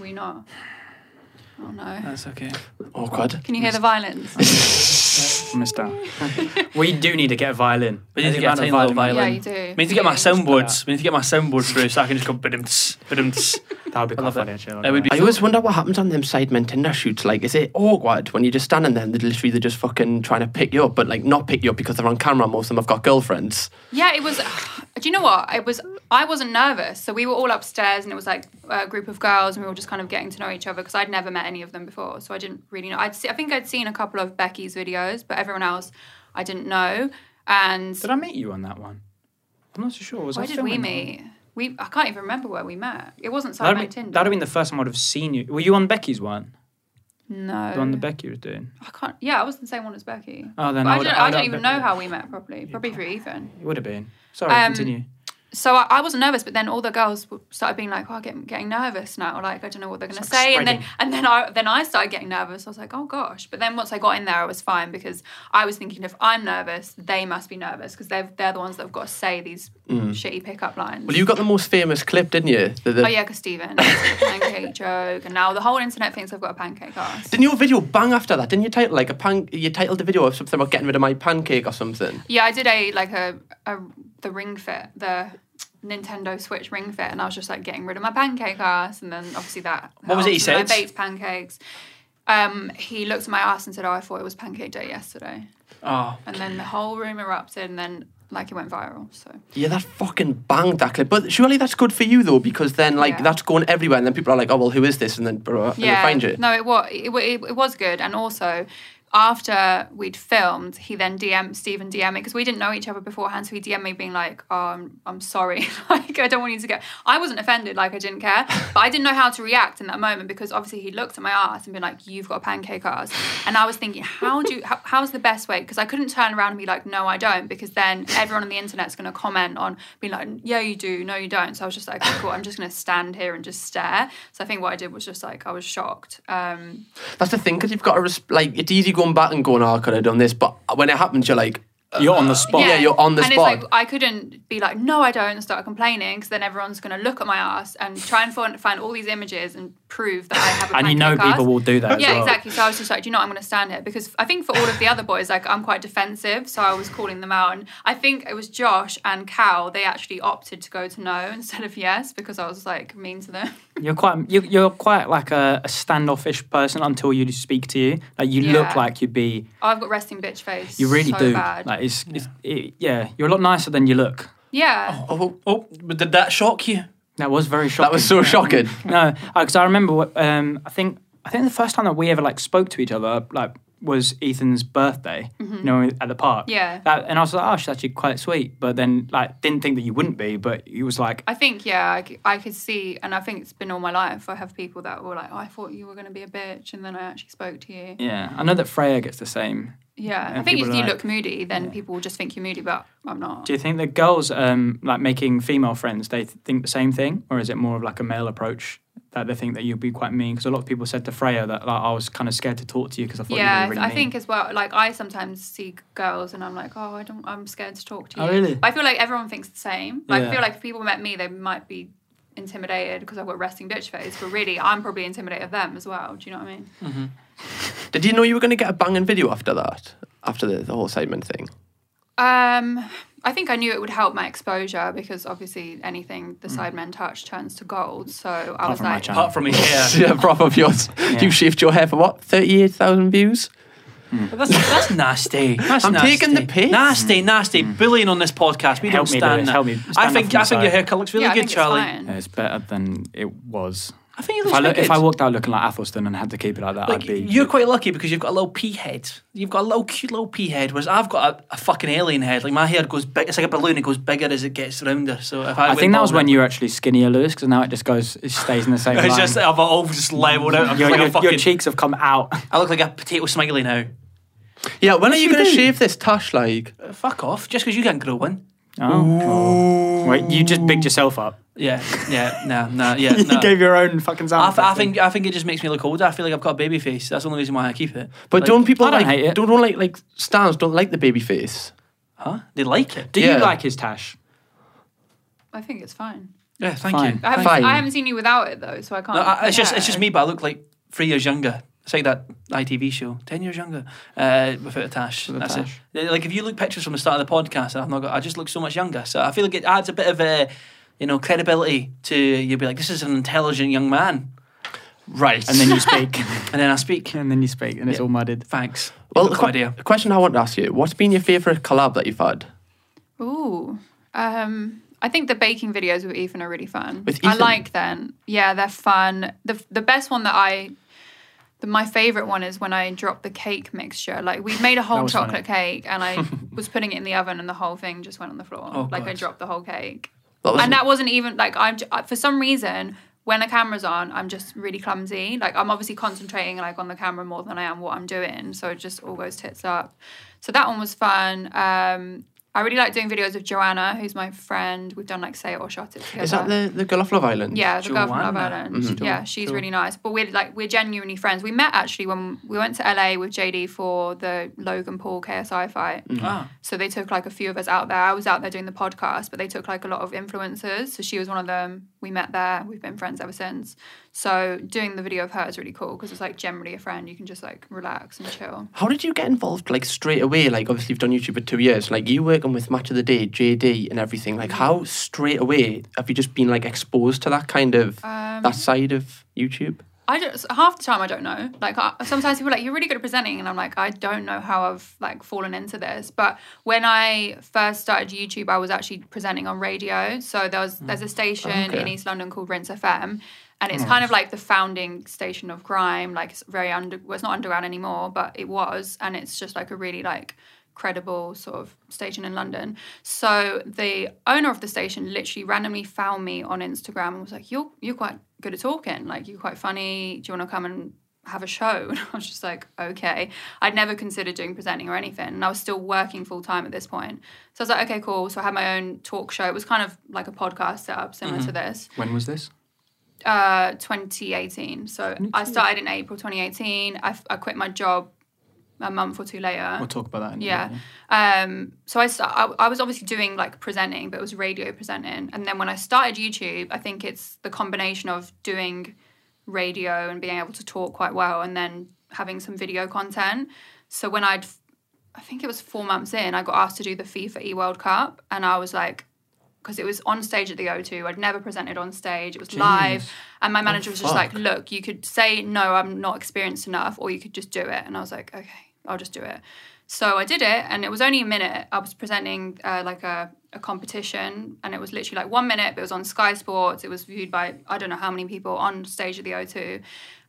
We not. Oh Uh, no! that's okay? Awkward. Can you hear the violence? I missed out. we do need to get a violin. We need to The get a amount of tiny little violin. yeah, you do. We need to get my You do. soundboards. We need to get my soundboard through so I can just go bidums, bidums. That would be quite love funny, it. actually. It would be- I always wonder what happens on them Sidemen Tinder shoots. Like, is it awkward when you're just standing there and they're literally they're just fucking trying to pick you up, but like not pick you up because they're on camera. Most of them have got girlfriends. Yeah, it was. Do you know what? It was. I wasn't nervous, so we were all upstairs, and it was like a group of girls, and we were just kind of getting to know each other because I'd never met any of them before, so I didn't really know. I'd se- I think I'd seen a couple of Becky's videos, but everyone else, I didn't know. And Did I meet you on that one? I'm not so sure. Was where I did filming we that meet? We I can't even remember where we met. It wasn't one? Simon That'd, be, Tinder. that'd have been the first time I'd have seen you. Were you on Becky's one? no. The one that Becky was doing. I can't. Yeah, I was the same one as Becky. Oh, Oh. But then I I, would- don't, I I would don't have even been- know how we met properly. Probably through Ethan. It would have been. Sorry, Um, continue. So I, I wasn't nervous, but then all the girls w- started being like, "Oh, getting getting nervous now. Like I don't know what they're going to like say." And then and then I then I started getting nervous. I was like, "Oh gosh!" But then once I got in there, I was fine because I was thinking, if I'm nervous, they must be nervous because they're they're the ones that have got to say these shitty pickup lines. Mm. Well, you got the most famous clip, didn't you? The- the- Oh yeah, because Stephen pancake joke, and now the whole internet thinks I've got a pancake ass. Didn't your video bang after that? Didn't you title like a pan? You titled the video of something about getting rid of my pancake or something. Yeah, I did a like a, a the Ring Fit, the Nintendo Switch Ring Fit, and I was just like getting rid of my pancake ass, and then obviously that. What was it he helped, and said? I baked pancakes. Um, he looked at my ass and said, "Oh, I thought it was pancake day yesterday," Ah. Oh, and then the whole room erupted, and then like it went viral. So Yeah, that fucking banged that clip. But surely that's good for you though, because then like Yeah. that's going everywhere, and then people are like, "Oh well, who is this?" And then bro, and they yeah, find you. no, it was it, wa- it, it was good, and also. after we'd filmed, he then DM'd Stephen DM me because we didn't know each other beforehand. So he DM'd me being like, oh, I'm, I'm sorry. like, I don't want you to go. I wasn't offended. Like, I didn't care. But I didn't know how to react in that moment because obviously he looked at my ass and been like, you've got a pancake ass. And I was thinking, how do, how, how's the best way? Because I couldn't turn around and be like, no, I don't. Because then everyone on the internet's going to comment on being like, yeah, you do. No, you don't. So I was just like, okay, cool. I'm just going to stand here and just stare. So I think what I did was just like, I was shocked. Um, That's the thing because you've got to resp- like it's easy going back and going, oh, I could have done this, but when it happens, you're like, You're on the spot. Yeah, you're on the and spot. it's like I couldn't be like, no, I don't, and start complaining because then everyone's going to look at my ass and try and find, find all these images and prove that I have. A And you know pancake people ass. will do that as Yeah, well. exactly. So I was just like, do you know, what? I'm going to stand here because I think for all of the other boys, like I'm quite defensive, so I was calling them out, and I think it was Josh and Cal. They actually opted to go to no instead of yes because I was like mean to them. You're quite you, you're quite like a, a standoffish person until you speak to you. Like you look Yeah. like you'd be. oh, I've got resting bitch face. You really so do. Bad. Like it's, it's it, yeah. You're a lot nicer than you look. yeah. oh, Oh, but did that shock you? That was very shocking. that was so shocking. no, because I remember. what- Um, I think I think the first time that we ever like spoke to each other like was Ethan's birthday. You know, at the park. Mm-hmm. Yeah. That, and I was like, oh, she's actually quite sweet. But then like didn't think that you wouldn't be. But he was like, I think, yeah, I, c- I could see, and I think it's been all my life. I have people that were like, oh, I thought you were going to be a bitch, and then I actually spoke to you. Yeah. yeah. I know that Freya gets the same. I And think if people you are like- look moody, then people will just think you're moody, but I'm not. Do you think that girls, um, like making female friends, they th- think the same thing, or is it more of like a male approach that they think that you'd be quite mean? Because a lot of people said to Freya that like, I was kind of scared to talk to you because I thought yeah, you were really, really I mean. think as well. Like I sometimes see girls, and I'm like, oh, I don't, I'm scared to talk to you. Oh, really? But I feel like everyone thinks the same. Like Yeah. I feel like if people met me, they might be intimidated because I've got resting bitch face, but really, I'm probably intimidated of them as well. Do you know what I mean? Did you know you were going to get a banging video after that? After the, the whole Simon thing? Um, I think I knew it would help my exposure because obviously anything the sidemen touch turns to gold. So I was from my like, channel. Apart from his hair. yeah, prop of yours. You shaved your hair for what? 38,000 views? But that's, that's nasty. That's I'm nasty. taking the piss. Nasty, nasty. Mm. Bullying on this podcast. We Help don't me, stand Lewis. that. Help me. I Stand think up for I think your yourself. haircut looks really yeah, I good, think Charlie. it's fine. Yeah, it's better than it was. I think it If looks I, look, wicked. if I walked out looking like Athelstan and had to keep it like that, Like, I'd be. you're quite lucky because you've got a little pea head. You've got a little cute little pea head, whereas I've got a, a fucking alien head. Like my hair goes big. It's like a balloon. It goes bigger as it gets rounder. So if I, I went think that was bald, when you were actually skinnier, Lewis, because now it just goes, it stays in the same It's line. just I've all just leveled out. I'm your, like your- a your fucking. cheeks have come out. I look like a potato smiley now. Yeah, when are you you going to do. shave this tash? Like, Uh, Fuck off. Just because you can grow one. Oh. Wait, you just bigged yourself up. Yeah, yeah, nah, nah, yeah. nah. you gave your own fucking I, sound. th- I think I think it just makes me look older. I feel like I've got a baby face. That's the only reason why I keep it. but Like, don't people I don't like hate it. don't, don't like like stars don't like the baby face? huh? They like it. Do Yeah. you like his tash? I think it's fine. Yeah, thank Fine. you. I haven't, Fine. I haven't seen you without it though, so I can't. No, I, it's just it's compare. just me, but I look like three years younger. It's like that ITV show, ten years younger, uh, without a tash. Without That's a tash. it. Like if you look pictures from the start of the podcast, and I've not got, I just look so much younger. So I feel like it adds a bit of a, you know, credibility to you'll be like, this is an intelligent young man, Right. And then you speak. and then I speak. and then you speak, and it's all mudded. Thanks. well, You've the got no que- idea. the question I want to ask you: What's been your favorite collab that you've had? Ooh. Um, I think the baking videos with Ethan are really fun. With I Ethan? like them. Yeah, they're fun. The the best one that I the, my favorite one is when I dropped the cake mixture. Like we made a whole was chocolate cake and I was putting it in the oven and the whole thing just went on the floor. Oh, like I God. dropped the whole cake. That was- and that wasn't even like I'm j- for some reason when the camera's on, I'm just really clumsy. Like I'm obviously concentrating like on the camera more than I am what I'm doing, so it just all goes tits up. So that one was fun. Um, I really like doing videos with Joanna, who's my friend. We've done like say it or shut it together. Is that the, the Mm-hmm. girl off Love Island? Yeah, the girl from Love Joanna. Island. Mhm. Jo- Yeah, she's Jo- really nice. But we're like we're genuinely friends. We met actually when we went to LA with JD for the Logan Paul KSI fight. Mm-hmm. Ah. So they took like a few of us out there. I was out there doing the podcast, but they took like a lot of influencers. So she was one of them. We met there. We've been friends ever since. So doing the video of her is really cool because it's like generally a friend you can just like relax and chill. How did you get involved like straight away? Like obviously you've done YouTube for two years. Like you working with Match of the Day, JD, and everything. Like how straight away have you just been like exposed to that kind of Um, that side of YouTube? I don't. Half the time, I don't know. Like I, sometimes people are like, "You're really good at presenting," and I'm like, "I don't know how I've like fallen into this." But when I first started YouTube, I was actually presenting on radio. So there was there's a station Okay. in East London called Rinse FM, and it's kind of like the founding station of grime. Like it's very under, well, it's not underground anymore, but it was, and it's just like a really like credible sort of station in London. So the owner of the station literally randomly found me on Instagram and was like, "You're you're quite good at talking. Like you're quite funny. Do you want to come and have a show?" And I was just like, "Okay." I'd never considered doing presenting or anything, and I was still working full time at this point. So I was like, "Okay, cool." So I had my own talk show. It was kind of like a podcast setup similar to this When was this? uh, 2018. So I started in April 2018. I, f- I quit my job a month or two later. We'll talk about that. In a yeah. minute, Um, so I, sta- I I was obviously doing like presenting, but it was radio presenting. And then when I started YouTube, I think it's the combination of doing radio and being able to talk quite well, and then having some video content. So when I'd, f- I think it was four months in, I got asked to do the FIFA E World Cup, and I was like. Because it was on stage at the O2, I'd never presented on stage. It was live, and my manager was just like, fuck. "Look, you could say no, I'm not experienced enough, or you could just do it." And I was like, "Okay, I'll just do it." So I did it, and it was only a minute. I was presenting uh, like a, a competition, and it was literally like one minute. But it was on Sky Sports. It was viewed by I don't know how many people on stage at the O2,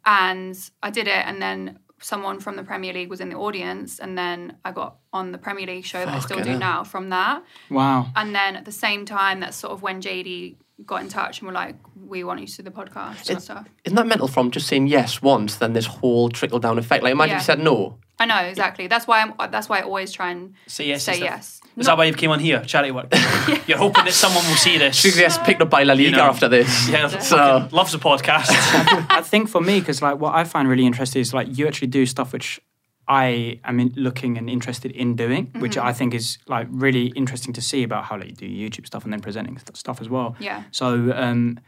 and I did it. And then someone from the Premier League was in the audience, and then I got on the Premier League show that I still Fucking hell. do now from that. yeah. Wow. And then at the same time, that's sort of when JD got in touch and were like, "We want you to do the podcast and It- stuff." Isn't that mental from just saying yes once, then this whole trickle down effect? Like, imagine Yeah. if you said no. I know exactly. That's why I'm. That's why I always try and Say yes. say and stuff. yes. Is that why you came on here? Charity work. You're hoping that someone will see this. She gets picked up by La Liga know. after this. Yeah, So, loves the podcast. I think for me, because like what I find really interesting is like you actually do stuff which I am in, looking and interested in doing, which Mm-hmm. I think is like really interesting to see about how like you do YouTube stuff and then presenting st- stuff as well. Yeah. So um,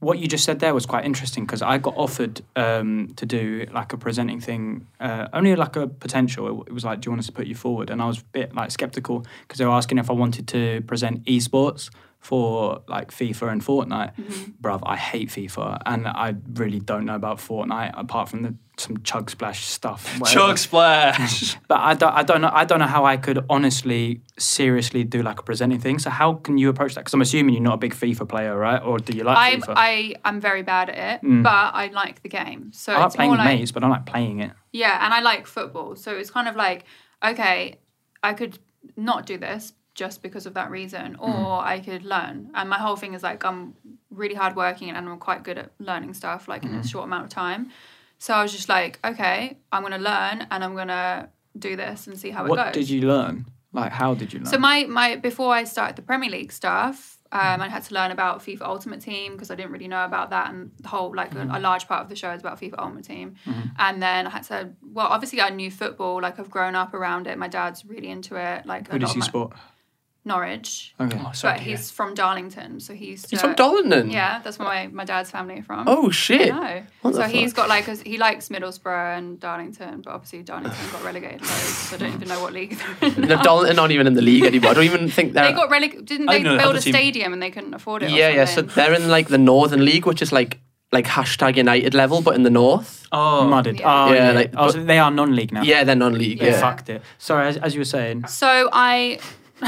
what you just said there was quite interesting because I got offered um, to do like a presenting thing, uh, only like a potential. It, w- it was like, do you want us to put you forward? And I was a bit like skeptical because they were asking if I wanted to present esports for like FIFA and Fortnite. Bruv, I hate FIFA and I really don't know about Fortnite apart from the some chug splash stuff. whatever. Chug splash. But I don't, I don't know. I don't know how I could honestly, seriously do like a presenting thing. So how can you approach that? Because I'm assuming you're not a big FIFA player, right? Or do you like I FIFA? Mm. I am very bad at it, but I like the game. So I like it's playing more with like mates, but I don't like playing it. yeah, and I like football. So it's kind of like okay, I could not do this just because of that Mm. reason, or I could learn. And my whole thing is like I'm really hardworking and I'm quite good at learning stuff like Mm. in a short amount of time. So I was just like, okay, I'm gonna learn and I'm gonna do this and see how it What goes. did you learn? Like, how did you learn? Um, So my my before I started the Premier League stuff, Mm-hmm. um, I had to learn about FIFA Ultimate Team because I didn't really know about that, and the whole like a, a Mm-hmm. large part of the show is about FIFA Ultimate Team. And then I had to well, obviously I knew football, like I've grown up around it. My dad's really into it. Like Who a lot does of you my- sport? Norwich, Okay. Oh, sorry, but he's from Darlington, so he's he's from Darlington. Yeah, that's where my, my dad's family are from. Oh, shit. No. What so the he's fuck? got like a, he likes Middleslough and Darlington, but obviously Darlington got relegated. loads, So I don't even know what league they're in. No, Darlington aren't even in the league anymore. I don't even think they're. They got relegated. Didn't I they didn't know they build had a the team. stadium and they couldn't afford it? or yeah, yeah. So something? they're in like the Northern League, which is like like hashtag United level, but in the North. Oh, Mudded. Yeah. Oh, Yeah, yeah. like- oh, so they are non-league now. Yeah, they're non-league. They Yeah. Yeah. fucked it. Sorry, as, as you were saying. So I,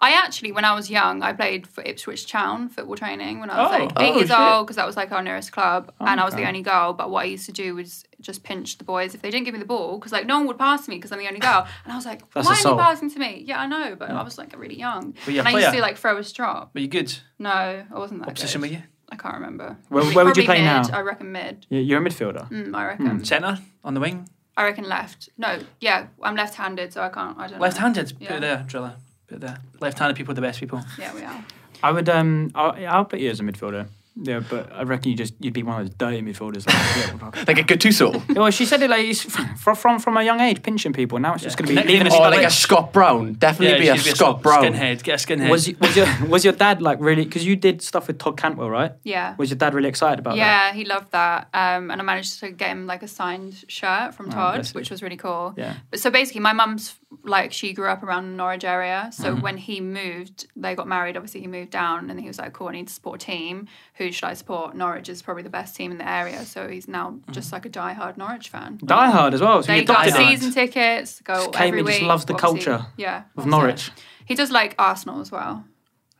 I actually, when I was young, I played for Ipswich Town football training when I was Oh. like Oh, eight years shit. old because that was like our nearest club, and I was the Okay. only girl. But what I used to do was just pinch the boys if they didn't give me the ball because like no one would pass me because I'm the only girl, and I was like, That's why assault. are you passing to me? Yeah, I know, but I was like really young, Were you a and I used player? to like throw a strop. Were you good? No, I wasn't that. What position good. were you? I can't remember. Where- where would Probably you play now? mid, I reckon mid. You- You're a midfielder. Mm, I reckon. Centre? On the wing? I reckon left. No, yeah, I'm left-handed, so I can't. I don't. know. Left handed? Put Yeah. it there, Driller. Put it there. Left handed people are the best people. Yeah, we are. I would. Um, I'll, I'll put you as a midfielder. Yeah, but I reckon you just you'd be one of those dirty midfielders. Like, yeah, fuck. Like a Gattuso. well, she said it like it's from from from a young age, pinching people. Now it's just going to be Not even leaving a us. or Scott like a Rich. Scott Brown. Definitely you be should a Scott Brown. Skinhead. Get a skinhead. Was y- was your was your dad like really? Because you did stuff with Todd Cantwell, right? Yeah. Was your dad really excited about that? Yeah, he loved that, um, and I managed to get him like a signed shirt from Todd, Oh, bless you. which was really cool. Yeah. But so basically, my mum's like she grew up around the Norwich area. So Mm-hmm. when he moved, they got married. Obviously, he moved down, and he was like, "Cool, I need to support a team. Who should I support? Norwich is probably the best team in the area." So he's now just like a diehard Norwich fan. Die Hard as well. Mm-hmm. So They you got adopted Die it. Hard. season tickets. Go Just came every and just week, loves the obviously. culture Yeah, of that's it. Norwich. He does like Arsenal as well.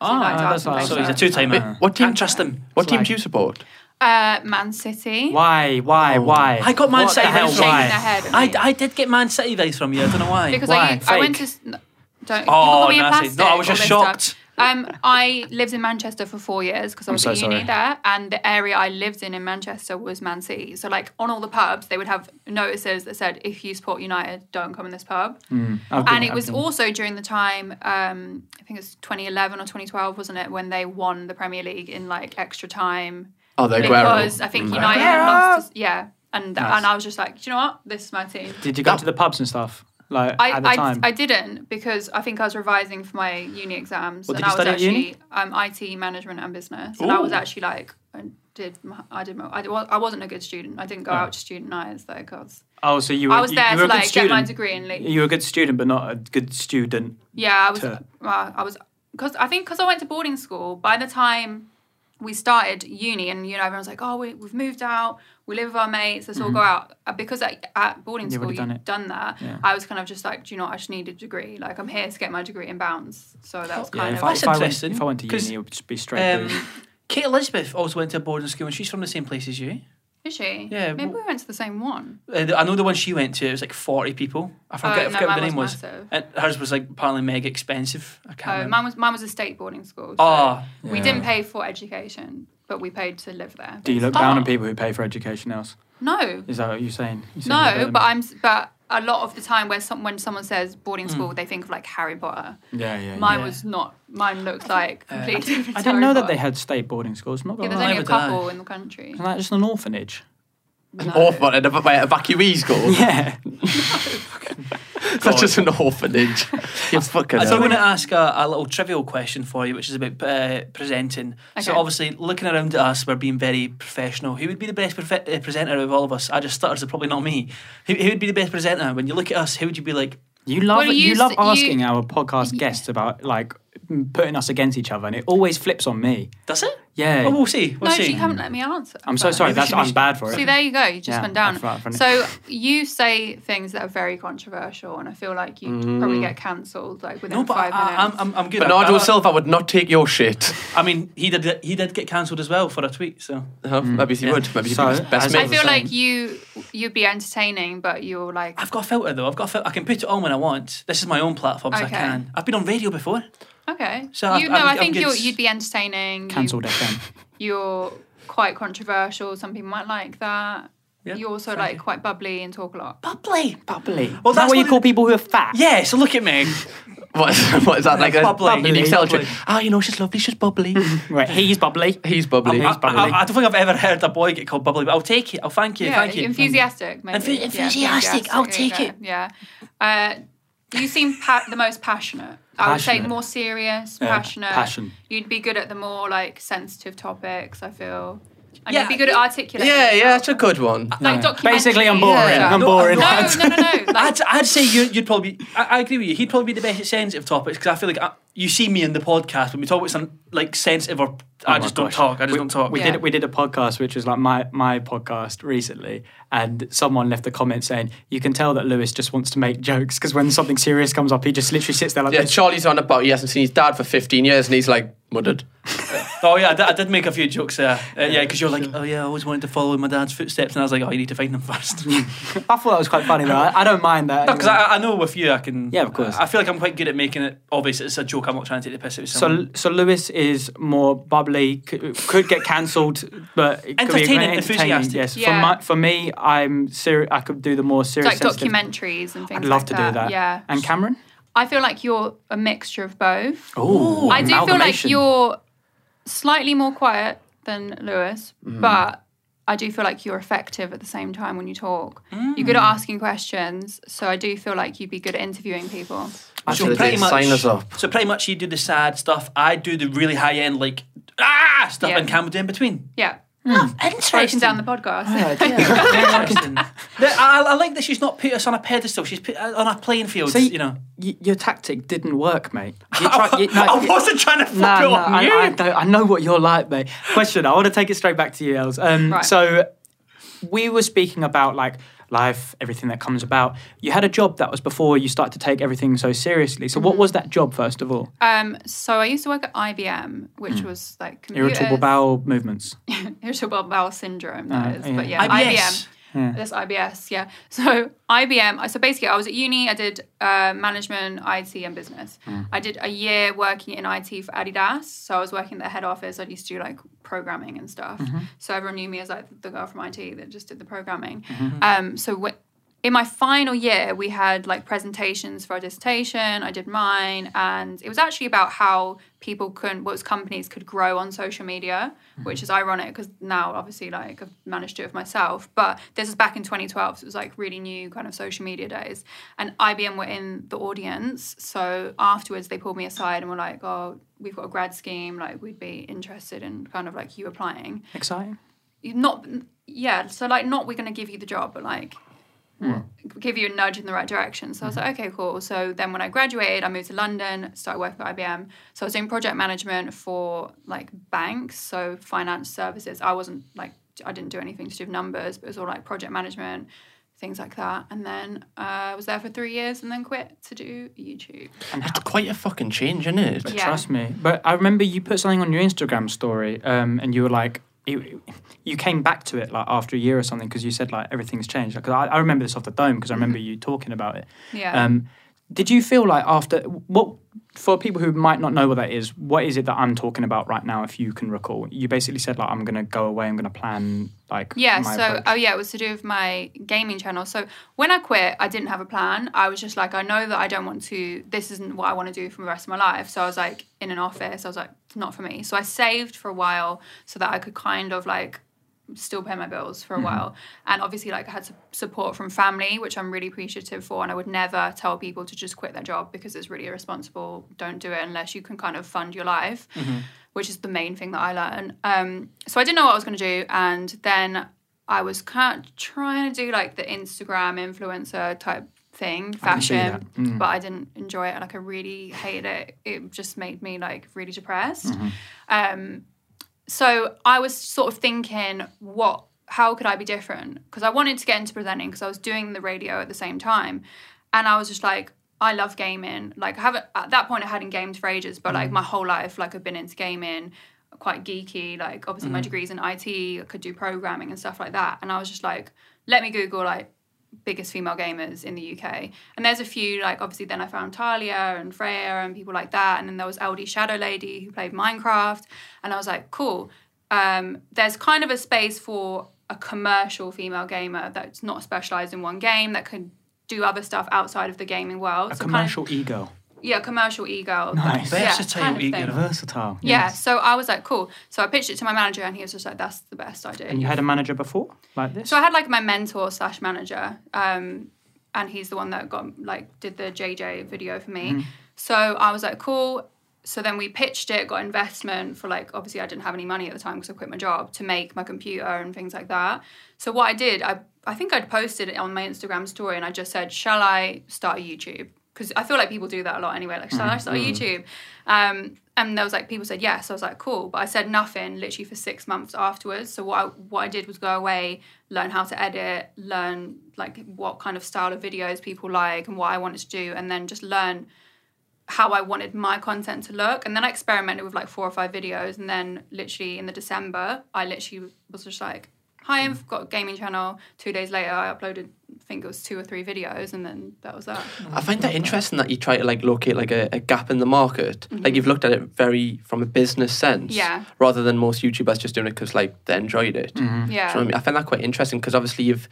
So he Ah, likes that's Arsenal. nice. so he's a two timer. What team? Can't trust him. What team like- do you support? Uh, Man City. Why? Why? Why? Oh. I got Man What the City hell, vibes. Shaking why? their head at I, me. I did get Man City vibes from you. I don't know why. because Why? I, I went to Fake. s- n- don't Oh, oh, me in Nancy. plastic, No, I was all just this shocked. stuff. Um, I lived in Manchester for four years because I I'm was so at uni sorry. there, and the area I lived in in Manchester was Man City. So, like on all the pubs, they would have notices that said, "If you support United, don't come in this pub." I've been and it was happening. also during the time um, I think it was 2011 or 2012, wasn't it, when they won the Premier League in like extra time Oh, they're because I think United had Aguero! lost. to- yeah, and Mm. Nice. and I was just like, "Do you know what? This is my team. Did you go That- to the pubs and stuff? Like I, at the I, time. I didn't because I think I was revising for my uni exams What and I did you was study at uni? actually um, IT management and business and I was actually like I did my, I did my, I, wa- I wasn't a good student I didn't go out to student nights though because oh, so Oh. you were. I was you, there you were to a good like student. get my degree and leave You were a good student, but not a good student. yeah I was to- well, I was because I think because I went to boarding school by the time we started uni and you know everyone's like oh we, we've moved out we live with our mates let's all go out Uh, because at, at boarding You've school already you've done done, it. that Yeah. i was kind of just like do you know what, i just need a degree like i'm here to get my degree in bounds so that was Yeah, kind if, of I, That's if, I went, interesting, if I went to 'cause, uni, it would just be straight. Um, booze. Kate Elizabeth also went to a boarding school and she's from the same place as you. is she Yeah, maybe well- we went to the same one Uh, Uh, the- I know the one she went to, it was like 40 people. I forget, I Oh, no, forget what mine the name was was. massive. And hers was like apparently mega expensive. I can't oh remember. mine was mine was a state boarding school so Ah. we didn't pay for education but we paid to live there Do you look down Ah. on people who pay for education else? no Is that what you're saying? You're saying you're better No, than but me? I'm. s- But a lot of the time, where some, when someone says boarding school, they think of like Harry Potter. Yeah, Hmm. yeah. Mine Yeah. was was not. Mine looked like uh, completely different. I didn't know that they had state boarding schools. Not Yeah, gonna there's lie. only Neither a did I. couple in the country. Isn't that just an orphanage? An orphan and a, by an evacuee school. Yeah. That's just an orphanage. you fucking So I'm hell. going to ask a, a little trivial question for you, which is about uh, presenting. So Okay. obviously, looking around at us, we're being very professional. Who would be the best profe- uh, presenter of all of us? I just stuttered, so probably not me. Who, who would be the best presenter? When you look at us, who would you be like? You love Well, you, you love s- you- asking our podcast guests about like m- putting us against each other, and it always flips on me. Does it? Yeah. Well, we'll see. We'll no, see. you haven't let me answer. I'm so sorry. Maybe That's she- I'm bad for it. See, there you go. You just Yeah, went I down. forgot- I forgot. So you say things that are very controversial, and I feel like you probably Mm. get cancelled like within no, but I, five I, I'm, minutes. I'm, I'm good. I, Bernardo I- Silva would not take your shit. I mean, he did. He did get cancelled as well for a tweet. So Huh? Maybe he yeah. would. Maybe he'd So, be his best as- I mate. the feel like same. you you'd be entertaining, but you're like I've got a filter though. I've got. A fil- I can put it on when I want. This is my own platform, so I Okay. can. I've been on radio before. okay. So you I've- know, I'm- I I'm think good. you're, you'd be entertaining. you- Cancelled FM. you're quite controversial. Some people might like that. Yeah, you're also thank like you. quite bubbly and talk a lot. Bubbly. Bubbly. Well, Well, Is that that's what you what call it- people who are fat? Yeah, so look at me. What is, what is that like? A Bubbly. unique selling trait? Bubbly. Ah, you know, she's lovely. She's bubbly. Right. He's bubbly. He's bubbly. I'm- I, Ah, I- bubbly. I don't think I've ever heard a boy get called bubbly, but I'll take it. I'll thank you. yeah, thank you. enthusiastic. Maybe. Enthu- Yeah, enthusiastic, I'll enthusiastic, take Yeah. yeah. Uh, you seem pa- the most passionate. I would say Passionate. more serious, Yeah, passionate. passion. You'd be good at the more like sensitive topics. I feel. And Yeah, you'd be good at articulating. yeah, yeah, yourself. that's a good one. Like Yeah. documentary Basically, I'm boring. stuff. I'm No, boring. no, No, no, no, no. Like, I'd, I'd say you, you'd probably. I, I agree with you. He'd probably be the best at sensitive topics because I feel like I, you see me in the podcast when we talk about some like sensitive or I Oh my just don't gosh. talk. I just we, don't talk. We Yeah. did we did a podcast which was like my my podcast recently, and someone left a comment saying you can tell that Lewis just wants to make jokes because when something serious comes up, he just literally sits there like Yeah, this. Charlie's on about he hasn't seen his dad for 15 years and he's like, muddered. Oh yeah, I did, I did make a few jokes there. Uh, yeah, because you're like, oh yeah, I always wanted to follow in my dad's footsteps, and I was like, oh, you need to find them first. no, I thought that was quite funny though. I, I don't mind that. because anyway. I, I know with you, I can. Yeah, of course. I, feel like I'm quite good at making it obvious. It's a joke. I'm not trying to take the piss out of someone. so so Lewis is more bubbly, could, could get cancelled, but it could be Entertaining, entertaining, enthusiastic. Yes, for Yeah. my, for me, I'm seri- I could do the more serious. like sensitive- documentaries and things I'd love like to that. do that. Yeah. And Cameron. I feel like you're a mixture of both. Oh, I do feel like you're slightly more quiet than Lewis, but I do feel like you're effective at the same time when you talk. You're good at asking questions, so I do feel like you'd be good at interviewing people. Actually, they sign us up. So pretty much, you do the sad stuff. I do the really high end, like ah stuff, Yeah. and Cam would do in between. Yeah, breaking Interesting. down the podcast. Interesting. The- I, I like that she's not put us on a pedestal. She's put uh, on a playing field. See- you know, Y- your tactic didn't work, mate. You tried- you- no, I wasn't trying to fuck Nah, it nah, on I, you. I, know, I know what you're like, mate. Question: I want to take it straight back to you, Els. Um, Right. So we were speaking about like life, everything that comes about. You had a job that was before you start to take everything so seriously. So Mm-hmm. what was that job first of all? Um, so I used to work at IBM, which was like computers. Irritable bowel movements. irritable bowel syndrome that Uh, is, yeah. but yeah, IBS. IBM. That's IBS, yeah. So IBM. So basically, I was at uni. I did uh, management, IT, and business. Hmm. I did a year working in IT for Adidas. So I was working at the head office. I used to do like programming and stuff. Mm-hmm. So everyone knew me as like the girl from IT that just did the programming. Mm-hmm. Um, so w- in my final year, we had like presentations for our dissertation. I did mine, and it was actually about how people can, what companies could grow on social media, which is ironic because now obviously like I've managed to do it for myself. But this is back in 2012, so it was like really new kind of social media days. And IBM were in the audience, so afterwards they pulled me aside and were like, "Oh, we've got a grad scheme. Like we'd be interested in kind of like you applying." Exciting. not yeah so like not we're going to give you the job but like hmm, give you a nudge in the right direction so i was like okay cool so then when i graduated i moved to london started working at ibm so i was doing project management for like banks so finance services i wasn't like i didn't do anything to do with numbers but it was all like project management things like that and then uh, i was there for three years and then quit to do youtube It's quite a fucking change, isn't it? Yeah. Trust me. But I remember you put something on your Instagram story, um, and you were like, you you came back to it like after a year or something because you said like everything's changed. Because I, I remember this off the dome because I remember you talking about it. Mm-hmm. Yeah. Um, did you feel like after what for people who might not know what that is? What is it that I'm talking about right now? If you can recall, you basically said like I'm gonna go away. I'm gonna plan like Yeah, my so approach. oh yeah, it was to do with my gaming channel. So when I quit, I didn't have a plan. I was just like, I know that I don't want to. This isn't what I want to do for the rest of my life. So I was like in an office. I was like, it's not for me. So I saved for a while so that I could kind of like still pay my bills Mm-hmm. for a while. And obviously, like I had su- support from family, which I'm really appreciative for. And I would never tell people to just quit their job because it's really irresponsible. Don't do it unless you can kind of fund your life, Mm-hmm. which is the main thing that I learned. Um, so I didn't know what I was going to do, and then I was kind of trying to do like the Instagram influencer type thing can see fashion that. Mm. but i didn't enjoy it like i really hated it it just made me like really Mm-hmm. depressed um so I was sort of thinking, what? How could I be different? Because I wanted to get into presenting because I was doing the radio at the same time, and I was just like, I love gaming. Like, I haven't at that point I hadn't gamed for ages, but like my whole life, like I've been into gaming, quite geeky. Like, obviously my degrees in IT, I could do programming and stuff like that. And I was just like, let me Google like biggest female gamers in the UK. And there's a few, like obviously then I found Talia and Freya and people like that. And then there was LD Shadow Lady who played Minecraft. And I was like, cool. Um, there's kind of a space for a commercial female gamer that's not specialized in one game that could do other stuff outside of the gaming world. a So kind of- commercial ego. yeah, commercial e-girl. Nice. Yeah, kind Versatile of e-girl. thing. Versatile. Yeah, so I was like, cool. So I pitched it to my manager and he was just like, that's the best idea. And you had a manager before like this. So I had like my mentor slash manager, um, and he's the one that got like did the JJ video for me. So I was like, cool. So then we pitched it, got investment for like obviously I didn't have any money at the time because I quit my job to make my computer and things like that. So what I did, I I think I'd posted it on my Instagram story and I just said, shall I start YouTube? Because I feel like people do that a lot anyway. Like, shall I start YouTube? Um, and there was like people said yes. I was like, cool. But I said nothing literally for six months afterwards. So what I, what I did was go away, learn how to edit, learn like what kind of style of videos people like and what I wanted to do, and then just learn how I wanted my content to look. And then I experimented with like four or five videos. And then literally in the December, I literally was just like, hi, I've got a gaming channel. Two days later, I uploaded, I think it was two or three videos. And then that was that. I find that interesting that you try to like locate like a, a gap in the market. Like you've looked at it very from a business sense, Yeah. rather than most YouTubers just doing it because like they enjoyed it. Do you know what I Yeah. mean? I find that quite interesting because obviously you've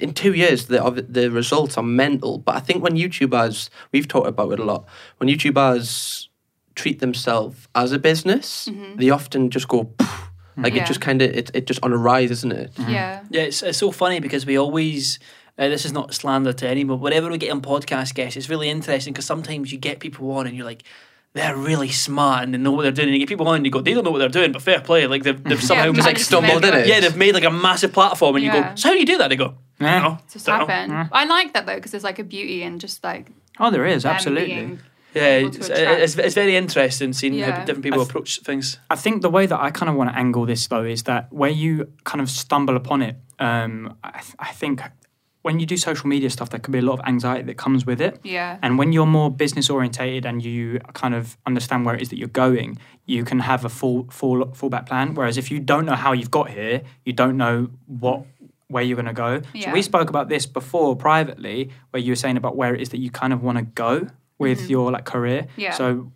in two years the of- the results are mental. But I think when YouTubers we've talked about it a lot. When YouTubers treat themselves as a business, they often just go "Pff." like Yeah. it just kind of it, it just on a rise, isn't it? Yeah. Yeah, it's, it's so funny because we always. Uh, this is not slander to anyone. Whenever we get on podcast guests, it's really interesting because sometimes you get people on and you're like, they're really smart and they know what they're doing. And you get people on and you go, they don't know what they're doing, but fair play. Like they've, they've somehow I've just like just stumbled in it. made it. yeah, they've made like a massive platform, and you Yeah. go, so how do you do that? They go, Yeah. no, It's just happened. I like that though because there's like a beauty in just like them oh, there is absolutely. being Yeah, able to it's, attract- it's, it's very interesting seeing how Yeah. different people approach things. I think the way that I kind of want to angle this though is that where you kind of stumble upon it, um, I, th- I think when you do social media stuff, there can be a lot of anxiety that comes with it. Yeah. And when you're more business orientated and you kind of understand where it is that you're going, you can have a full full fallback plan. Whereas if you don't know how you've got here, you don't know what where you're going to go. So Yeah. we spoke about this before privately, where you were saying about where it is that you kind of want to go with your like career. Mm-hmm. Yeah. So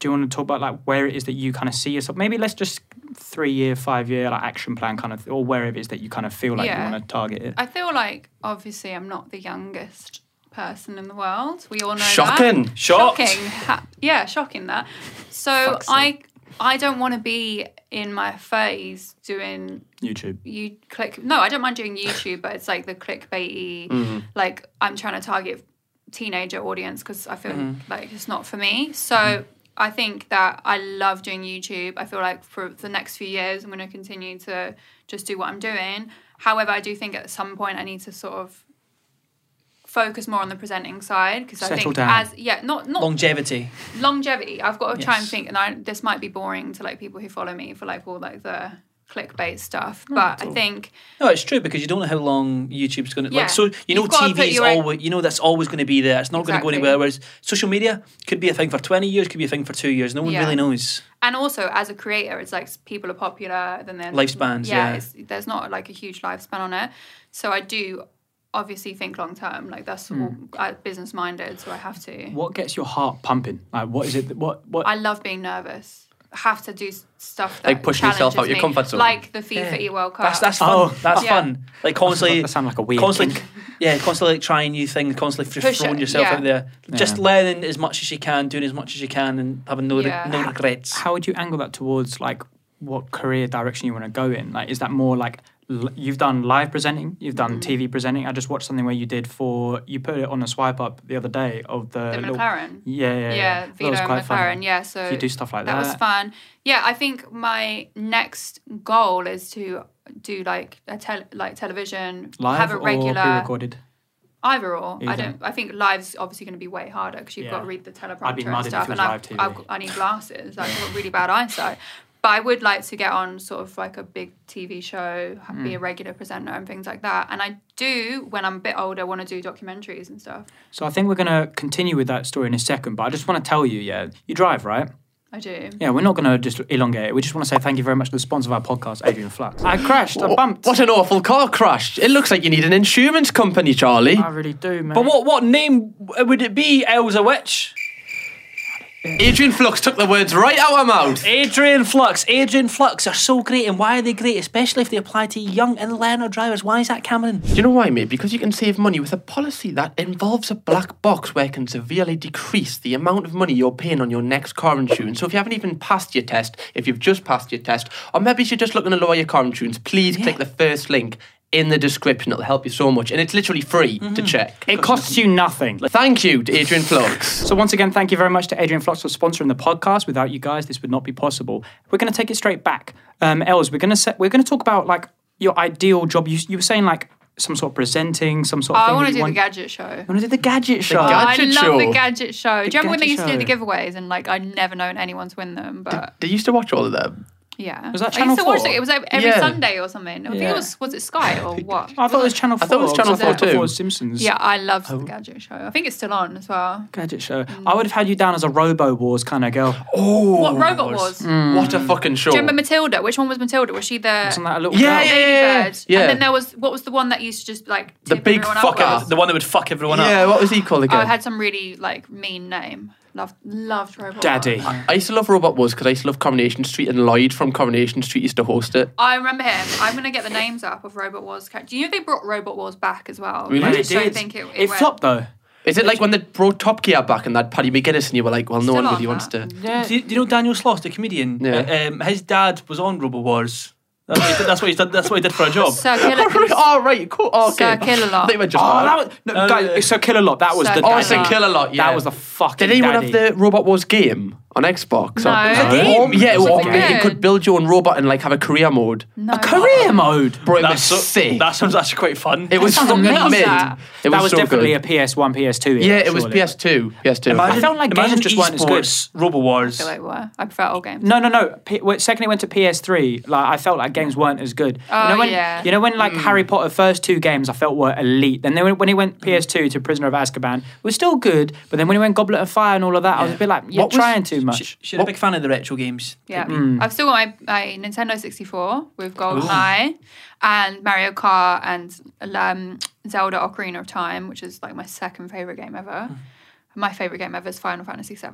do you want to talk about like where it is that you kind of see yourself? Maybe let's just three year, five year like action plan kind of, or where it is that you kind of feel like Yeah. you want to target it. I feel like obviously I'm not the youngest person in the world. We all know Shocking. that. Shocked. Shocking. Ha- yeah, shocking that. So Fuck's I I don't want to be in my phase doing YouTube. you click no, I don't mind doing YouTube, but it's like the clickbaity Mm-hmm. like I'm trying to target teenager audience because I feel Mm-hmm. like it's not for me. So I think that I love doing YouTube. I feel like for the next few years, I'm going to continue to just do what I'm doing. However, I do think at some point I need to sort of focus more on the presenting side because I Settle think down. as yeah, not not Longevity. longevity. I've got to try and Yes. think, and I, this might be boring to like people who follow me for like all like the clickbait stuff, but I think No, it's true because you don't know how long YouTube's going to Yeah. like. So you know, You've gotta TV put is your own- always you know that's always going to be there. It's not going to go Exactly. anywhere. Whereas social media could be a thing for twenty years, could be a thing for two years. No one Yeah. really knows. and also as a creator it's like people are popular then there's Lifespans, yeah. It's, there's not like a huge lifespan on it so i do obviously think long term like that's all, i business minded so i have to What gets your heart pumping? Like, what is it? that- What what? i love being nervous have to do s- stuff that Like pushing yourself challenges out your me, comfort zone. like the fifa e world cup That's that's fun. Oh. That's Yeah. fun. Like constantly. that sound like a weird Constantly, kink. yeah, constantly like trying new things, constantly just Push it, throwing yourself yeah. out there, just Yeah. learning as much as you can, doing as much as you can, and having no re- Yeah. no regrets. How would you angle that towards like what career direction you want to go in? Like, is that more like l- you've done live presenting, you've Mm. done TV presenting? I just watched something where you did for you put it on a swipe up the other day of the, the little- mclaren Yeah, yeah, yeah. yeah, That Vito was and quite McLaren. fun. Yeah, so If you do stuff like that was that. fun. Yeah, I think my next goal is to do like a tel- like television, Live have a or regular pre-recorded. either or. I Either. don't. I think live's obviously going to be way harder because you've got to Yeah. read the I'd be teleprompter and mad if it stuff, and was live I've, TV. I've, got- I need glasses. I've got really bad eyesight. But I would like to get on sort of like a big TV show, ha- Mm. be a regular presenter and things like that. And I do, when I'm a bit older, want to do documentaries and stuff. So I think we're going to continue with that story in a second, but I just want to tell you, yeah, you drive, right? I do. Yeah, we're not going to just elongate it. We just want to say thank you very much to the sponsor of our podcast, Adrian Flux. I crashed. I bumped. What an awful car crash. It looks like you need an insurance company, Charlie. I really do, man. But what what name uh, would it be? Elsa Witch. Adrian Flux took the words right out of my mouth. Adrian Flux. Adrian Flux are so great, and why are they great? Especially if they apply to young and learner drivers. Why is that, Cameron? Do you know why, mate? Because you can save money with a policy that involves a black box where it can severely decrease the amount of money you're paying on your next car insurance. So if you haven't even passed your test, if you've just passed your test, or maybe you're just looking to lower your car insurance, please click the first link in the description. It'll help you so much. And it's literally free to Mm-hmm. check. It costs you nothing. Thank you to Adrian Flux. So once again, thank you very much to Adrian Flux for sponsoring the podcast. Without you guys, this would not be possible. We're going to take it straight back. Um, Els, we're going to set, we're going to talk about like your ideal job. You, you were saying like some sort of presenting, some sort of. Oh, I thing want that to you do the gadget want, show. You want to do the gadget show. gadget- I love show. the gadget show. do you remember when they used gadget to do the show. giveaways and like I'd never known anyone to win them, but They used to watch all of them. yeah. Was that I Channel used to watch 4? it. It was like, every Yeah. Sunday or something. I think Yeah. it was was it Sky or what? I thought it was Channel Four. thought it was Channel because I 4 thought it too. was Simpsons. Yeah, I love Oh. the gadget show. I think it's still on as well. Gadget show. I would have had you down as a Robo Wars kind of girl. Oh, What Robot Wars? What a fucking show. Do you remember Matilda? Which one was Matilda? Was she the Wasn't that a little Yeah, girl? yeah, baby yeah, bird? yeah. And then there was what was the one that used to just like The tip big everyone fucker. upwards? The one that would fuck everyone up. Yeah, what was he called again? Oh, it had some really like mean name. Loved loved Robot Daddy. Wars. I used to love Robot Wars because I used to love Coronation Street and Lloyd from Coronation Street used to host it. I remember him. I'm gonna get the names up of Robot Wars. characters. Do you know they brought Robot Wars back as well? Really? I They just don't think it, it, went- flopped though. Is it like when they brought Top Gear back and that Paddy McGuinness and you were like, well, no Still one on really wants to. that. Do, you, do you know Daniel Sloss, the comedian? Yeah. Uh, Um, his dad was on Robo Wars. That's what he did. That's what he did, that's what he did for a job. Sir Killer can- oh, right, cool. Oh, okay. Sir Killalot. I think we're just. Oh, that was no, No, guys, no, no. it's Sir Killer Lot. That was Sir the. Killer oh, daddy. it's a Killalot. killer lot, yeah. That was the fucking. Did anyone daddy. have the Robot Wars game? on Xbox. No. Or, It's a Or- game. yeah, It's or a you game. could build your own robot and like have a career mode. No. A career mode. Bro, it That's was so, sick. That sounds actually quite fun. it was sounds from amazing. mid. It That was, that was so definitely good. a PS1, PS2. yeah, it was surely. PS2. PS2. I felt like imagine games just weren't as good. esports, Robo Wars. I feel like we were. I prefer old games. No, no, no. P- well, second, it went to PS3. Like I felt like games weren't as good. Oh, you know when, yeah. Mm. You know when like Harry Potter first two games I felt were elite. Then they, went- when it went PS2 to Prisoner of Azkaban, it was still good. But then when it went Goblet of Fire and all of that, I was a bit like, you're What was- trying too much. Sh- She's a big fan of the retro games. Yeah, Mm. I've still got my, my Nintendo 64 with GoldenEye and Mario Kart and um, Zelda Ocarina of Time, which is like my second favorite game ever. Hmm. My favorite game ever is Final Fantasy VII,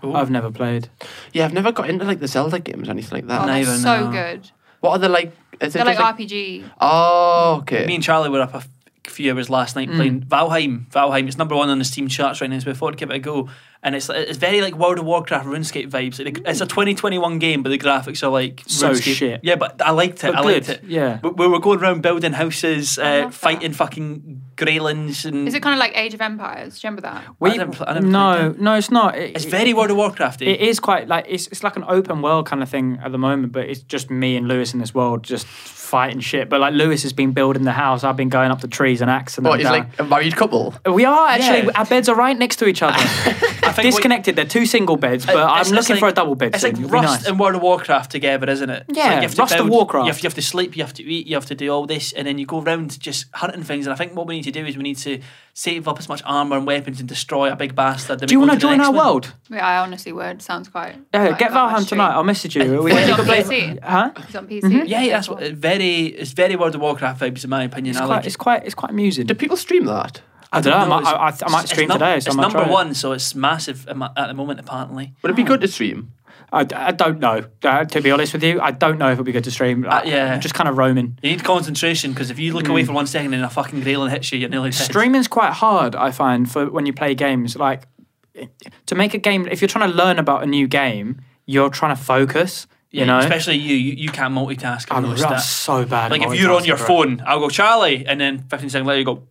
though. I've never played. yeah, I've never got into like the Zelda games or anything like that. Oh, they're Neither, so no. good. What are they like? Is it They're just, like like RPG. oh, okay. Me and Charlie were up a f- few hours last Mm. night playing Valheim. Valheim, it's number one on the Steam charts right now, so we thought I'd give it a go. And it's it's very like World of Warcraft, RuneScape vibes. Like, it's a 2021 game, but the graphics are like So RuneScape. shit. Yeah, but I liked it. But I liked good, it. yeah. we, we were going around building houses, I uh, love that. fighting fucking Greylands, and Is it kind of like Age of Empires? Do you remember that? We, didn't pl- I didn't play no, no, it's not. It- it's it- very World of Warcraft. eh? It is quite like it's it's like an open world kind of thing at the moment, but it's just me and Lewis in this world just fighting shit. But like Lewis has been building the house, I've been going up the trees and axing What them is down. like a married couple? We are actually. Yeah. Our beds are right next to each other. what- Disconnected. They're two single beds, but It- I'm Uh, it's- looking it's for a like- double bed. It's soon. like It'd be Rust nice. and World of Warcraft together, isn't it? It's like Yeah, you have to Rust and build- Warcraft. You have, you have to sleep, you have to eat, you have to do all this, and then you go around just hunting things. And I think what we need to do is we need to save up as much armor and weapons and destroy a big bastard. Do you want to join our world? Yeah, I honestly would. Sounds quite. Yeah, like get up my Valheim street. tonight. I'll message you. We- Is it you on can play- Mm-hmm. PC? Huh? It's on PC. Yeah, that's what, it very. It's very World of Warcraft vibes, in my opinion. It's I quite, like. it's it. quite, it's quite amusing. Do people stream that? I don't know. I, might- it's- I, I, I might it's stream num- today. So I it's might number try it. one, so it's massive am- at the moment, apparently. Would it be good to stream? I, I don't know. Uh, to be honest with you, I don't know if it'll be good to stream. I- Uh, yeah. I'm just kind of roaming. You need concentration because if you look Mm. away for one second and a fucking greyling hits you, you're nearly dead. Streaming's quite hard, I find, for when you play games. Like to make a game, if you're trying to learn about a new game, you're trying to focus. Yeah, you know, especially you, you, you can't multitask. I've I'm, noticed I'm that. so bad. at Like if you're on your multitasking, bro. phone, I'll go Charlie, and then 15 seconds later you go,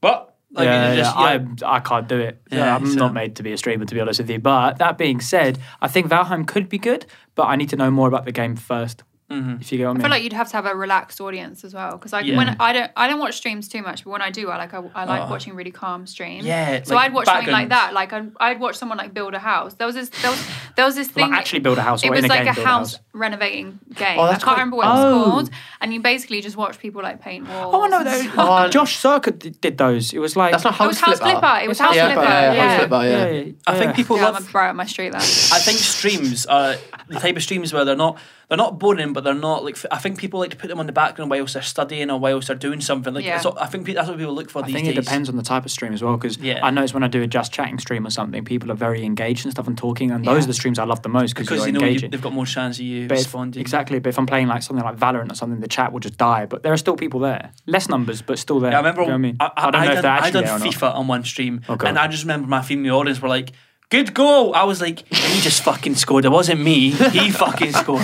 what? Like, yeah, you just- yeah, yeah. I, I can't do it. Yeah, I'm so- not made to be a streamer, to be honest with you. But that being said, I think Valheim could be good, but I need to know more about the game 1st Mm-hmm. If you get what I I mean. feel like you'd have to have a relaxed audience as well, because I Yeah. when I don't I don't watch streams too much, but when I do, I like I, I Oh. like watching really calm streams. Yeah, so like I'd watch something like that. Like I'd, I'd watch someone like build a house. There was this there was, there was this Like, thing. actually build a house. it or was in a like game, a build house renovating game. Oh, I that's can't quite- remember what it Oh. was called. And you basically just watch people like paint walls. Oh no, and those, stuff. Oh, Josh Circuit did, did those. It was like That's not It House was House Flipper. Flipper. It was It was House House Flipper. Flipper, Yeah. House Flipper, yeah. I think people Yeah, I'm love. right up my street there. I think streams are the type of streams where they're not they're not boring, but they're not like. I think people like to put them on the background whilst they're studying or whilst they're doing something. Like Yeah. it's all- I think pe- that's what people look for I these think days. it depends on the type of stream as well, because Yeah. I notice when I do a just chatting stream or something, people are very engaged and stuff and talking, and Yeah. those are the streams I love the most because because you're you know you, engaging. they've got more chance of you But if- responding. exactly, but if I'm playing like something like Valorant or something, the chat will just die. But there are still people there, less numbers, but still there. Yeah, I remember. Do you know what I mean? I, don't know if they're actually I done there or not. FIFA on one stream, Oh, God. and I just remember my female audience were like, "Good goal!" I was like, "He just fucking scored. It wasn't me. He fucking scored."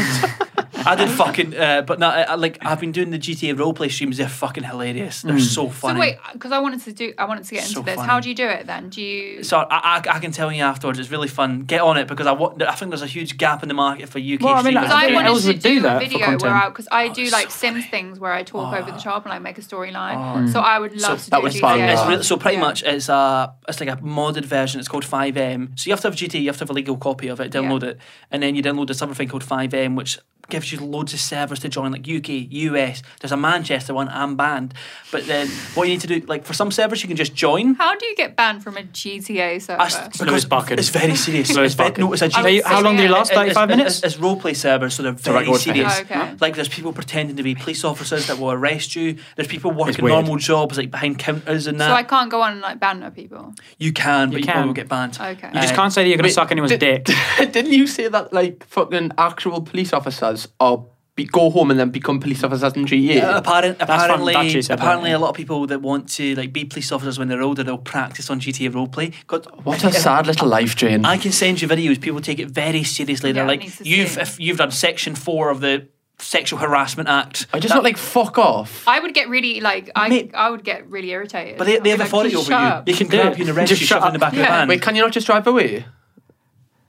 I did fucking, uh, but no, I, I- like I've been doing the GTA roleplay streams. They're fucking hilarious. Mm. They're so funny. So wait, because I wanted to do, I wanted to get into So this. funny. How do you do it then? Do you? So I, I, I can tell you afterwards. It's really fun. Get on it because I, wa- I think there's a huge gap in the market for UK. Well, I mean, streamers. like, Because I Everyone wanted else to would do, do a that for video where content. Oh, I, because I do it's like so Sims funny. things where I talk over the top and I make a Oh. storyline. So I would love to that do was GTA. fun. It's Yeah. really, so pretty Yeah. much it's a it's like a modded version. It's called 5M. So you have to have GTA, you have to have a legal copy of it, download Yeah. it, and then you download this other thing called 5M, which gives you loads of servers to join, like UK, US. There's a Manchester one. I'm banned, but then what you need to do, like for some servers, you can just join. How do you get banned from a GTA server? I s- Lewis Barker. It's very serious. Lewis it's very, Barker. no, it's a I GTA. would How say long do you yeah. last? It's- 35 it's- minutes? It's, it's role play servers, so they're very record serious. thing. Oh, okay. Like there's people pretending to be police officers that will arrest you. There's people working weird. normal jobs like behind counters and that. so I can't go on and like ban people. you can, but you, can. probably will get banned. Okay. You just Uh, can't say that you're going Wait, to suck anyone's did- dick. Didn't you say that like fucking actual police officers are be, go home and then become police officers in GTA? Uh, apparent, from apparently, Dutchess, I apparently, think. a lot of people that want to like be police officers when they're older, they'll practice on GTA roleplay. God, What a sad little life, Jane. I can send you videos. People take it very seriously. They're Yeah, it like, needs to you've see. if you've done section four of the Sexual Harassment Act. I just not like fuck off. I would get really like I Mate. I would get really irritated. But they, I'd they be have like, authority over "Just shut you. up." They can Just do grab it. you and arrest Just you, shut shove you in the back up. of the van. Wait, can you not just drive away?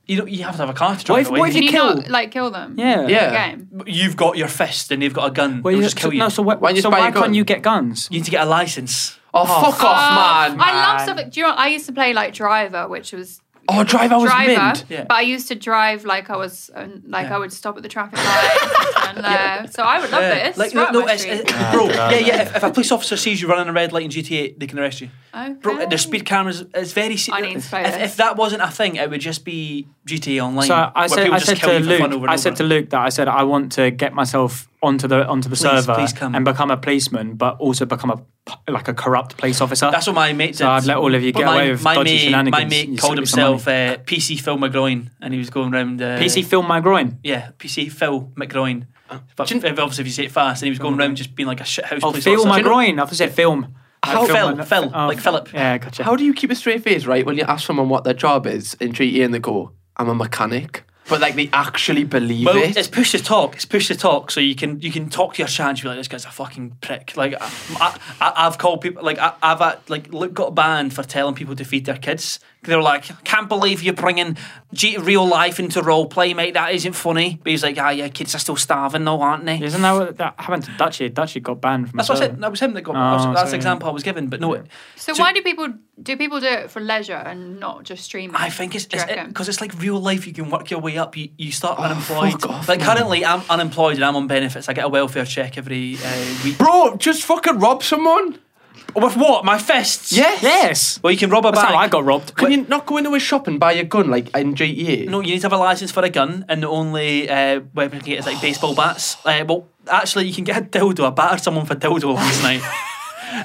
You don't, you have to have a car to drive What if- away. what if Can you, kill- not like kill them? Yeah. in Yeah. the game? You've got your fist and they've got a gun. Well, They'll you just kill you. No, so, wh- Why don't you just so buy why a gun? can't you get guns? you need to get a license. Oh, fuck off, man. Uh, I love man. stuff. Like, do you know? I used to play like Driver, which was Oh, Driver was Driver, mint. Yeah. but I used to drive like I was um, like I would stop at the traffic light and turn left. So I would love Yeah. this. Like, right no, up no, my it's, street. it's, bro. Yeah, yeah. If, if a police officer sees you running a red light in GTA, they can arrest you. Bro, Okay. there's speed cameras. It's very. se- I need to play if, this. if that wasn't a thing, it would just be GTA Online. So I, I where said, people I just said kill to you for Luke, fun over and I over. said to Luke that I said I want to get myself onto the onto the server please come. and become a policeman, but also become a p- like a corrupt police officer. That's what my mate did. So I'd let all of you But get my, away with my dodgy mate, shenanigans. My You mate save called me some himself uh, PC Phil McGroin, and he was going round. Uh, PC film my groin. Yeah, PC Phil McGroin. But if- obviously, if you say it fast, and he was going round just being like a shithouse Oh, police feel officer. my Do you know- groin. I've said film. How- Like, film Phil, my- Phil, oh, like Philip. Yeah, gotcha. How do you keep a straight face, right, when you ask someone what their job is in GTA and they go, I'm a mechanic? But, like, they actually believe Well, it. it's push to talk. It's push to talk, so you can you can talk to your chance. Be like, this guy's a fucking prick. Like, I, I, I- I've called people. Like, I, I've uh, like look, got banned for telling people to feed their kids. They're like, can't believe you're bringing G- real life into role play, mate. That isn't funny. But he's like, ah, yeah, kids are still starving though, aren't they? Isn't that what that happened to Dutchy? Dutchy got banned from. That's a what I server. said. That was him that got. I was- Oh, that's the sorry. example I was given. But no, it, So, So- why do people do people do it for leisure and not just streaming? I think it's Do you because it's, reckon? 'cause it's like real life. You can work your way up. You, you start unemployed. fuck off, like man. currently, I'm unemployed and I'm on benefits. I get a welfare check every uh, week. Bro, just fucking rob someone. With what? My fists? Yes. Yes. Well, you can rob a That's bank. how I got robbed. Can you not go into a shop and buy a gun, like, in GTA? No, you need to have a license for a gun, and the only uh, weapon you can get is like baseball bats. Uh, well, actually, you can get a dildo. I battered someone for dildo last night.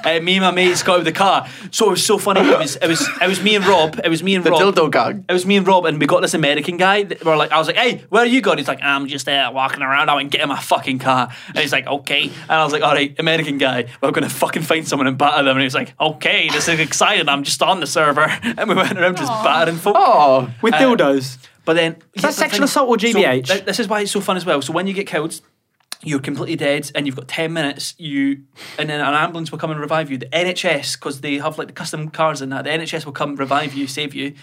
Uh, me and my mates got out of the car, so it was so funny. It was, it was, it was me and Rob. It was me and The Rob. dildo gang. It was me and Rob, and we got this American guy. that We're like, I was like, "Hey, where are you going?" He's like, "I'm just uh, walking around. I went get in my fucking car." And he's like, "Okay." And I was like, "All right, American guy, we're gonna fucking find someone and batter them." And he was like, "Okay, this is exciting. I'm just on the server." And we went around just Aw. battering folk. Oh. With Uh, dildos. But then is that sexual assault or GBH? this is why it's so fun as well. So when you get killed, you're completely dead, and you've got ten minutes. You and then an ambulance will come and revive you. The NHS, because they have like the custom cars and that, the NHS will come revive you, save you.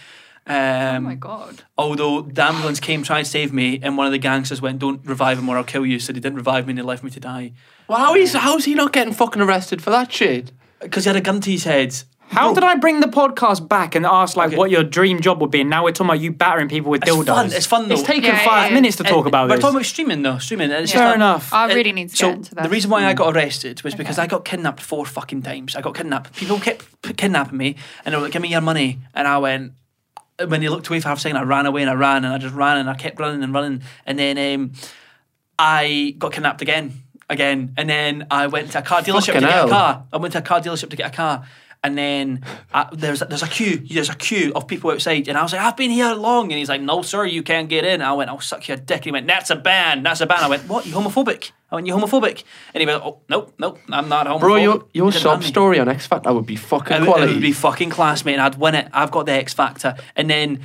oh my Um, god. although the ambulance came try and save me, and one of the gangsters went, "Don't revive him or I'll kill you." So they didn't revive me and they left me to die Well, how is, how's he not getting fucking arrested for that shit? because he had a gun to his head. How did I bring the podcast back and ask like what your dream job would be? And now we're talking about you battering people with dildos. fun- it's fun, It's though. taken Yeah, five yeah, yeah. minutes to talk about We're this. talking about streaming though, streaming. and it's Fair just- enough. Mm. I It- really need to get uh, so into that. The reason why I got arrested was because I got kidnapped four fucking times. I got kidnapped. People kept p- kidnapping me, and they were like, "Give me your money," and I went. When they looked away for half a second, I ran away and I ran and I just ran and I kept running and running, and then um, I got kidnapped again, again, and then I went to a car dealership to Fucking get hell. a car. I went to a car dealership to get a car. And then I, there's a, there's a queue there's a queue of people outside and I was like I've been here long and he's like no sir you can't get in I went I'll suck your dick and he went that's a ban that's a ban I went what you homophobic I went you homophobic and he went oh nope nope I'm not homophobic Bro, your, your Didn't sob ban me. story on X Factor would be fucking it would, quality. it would be fucking class mate and I'd win it I've got the X Factor and then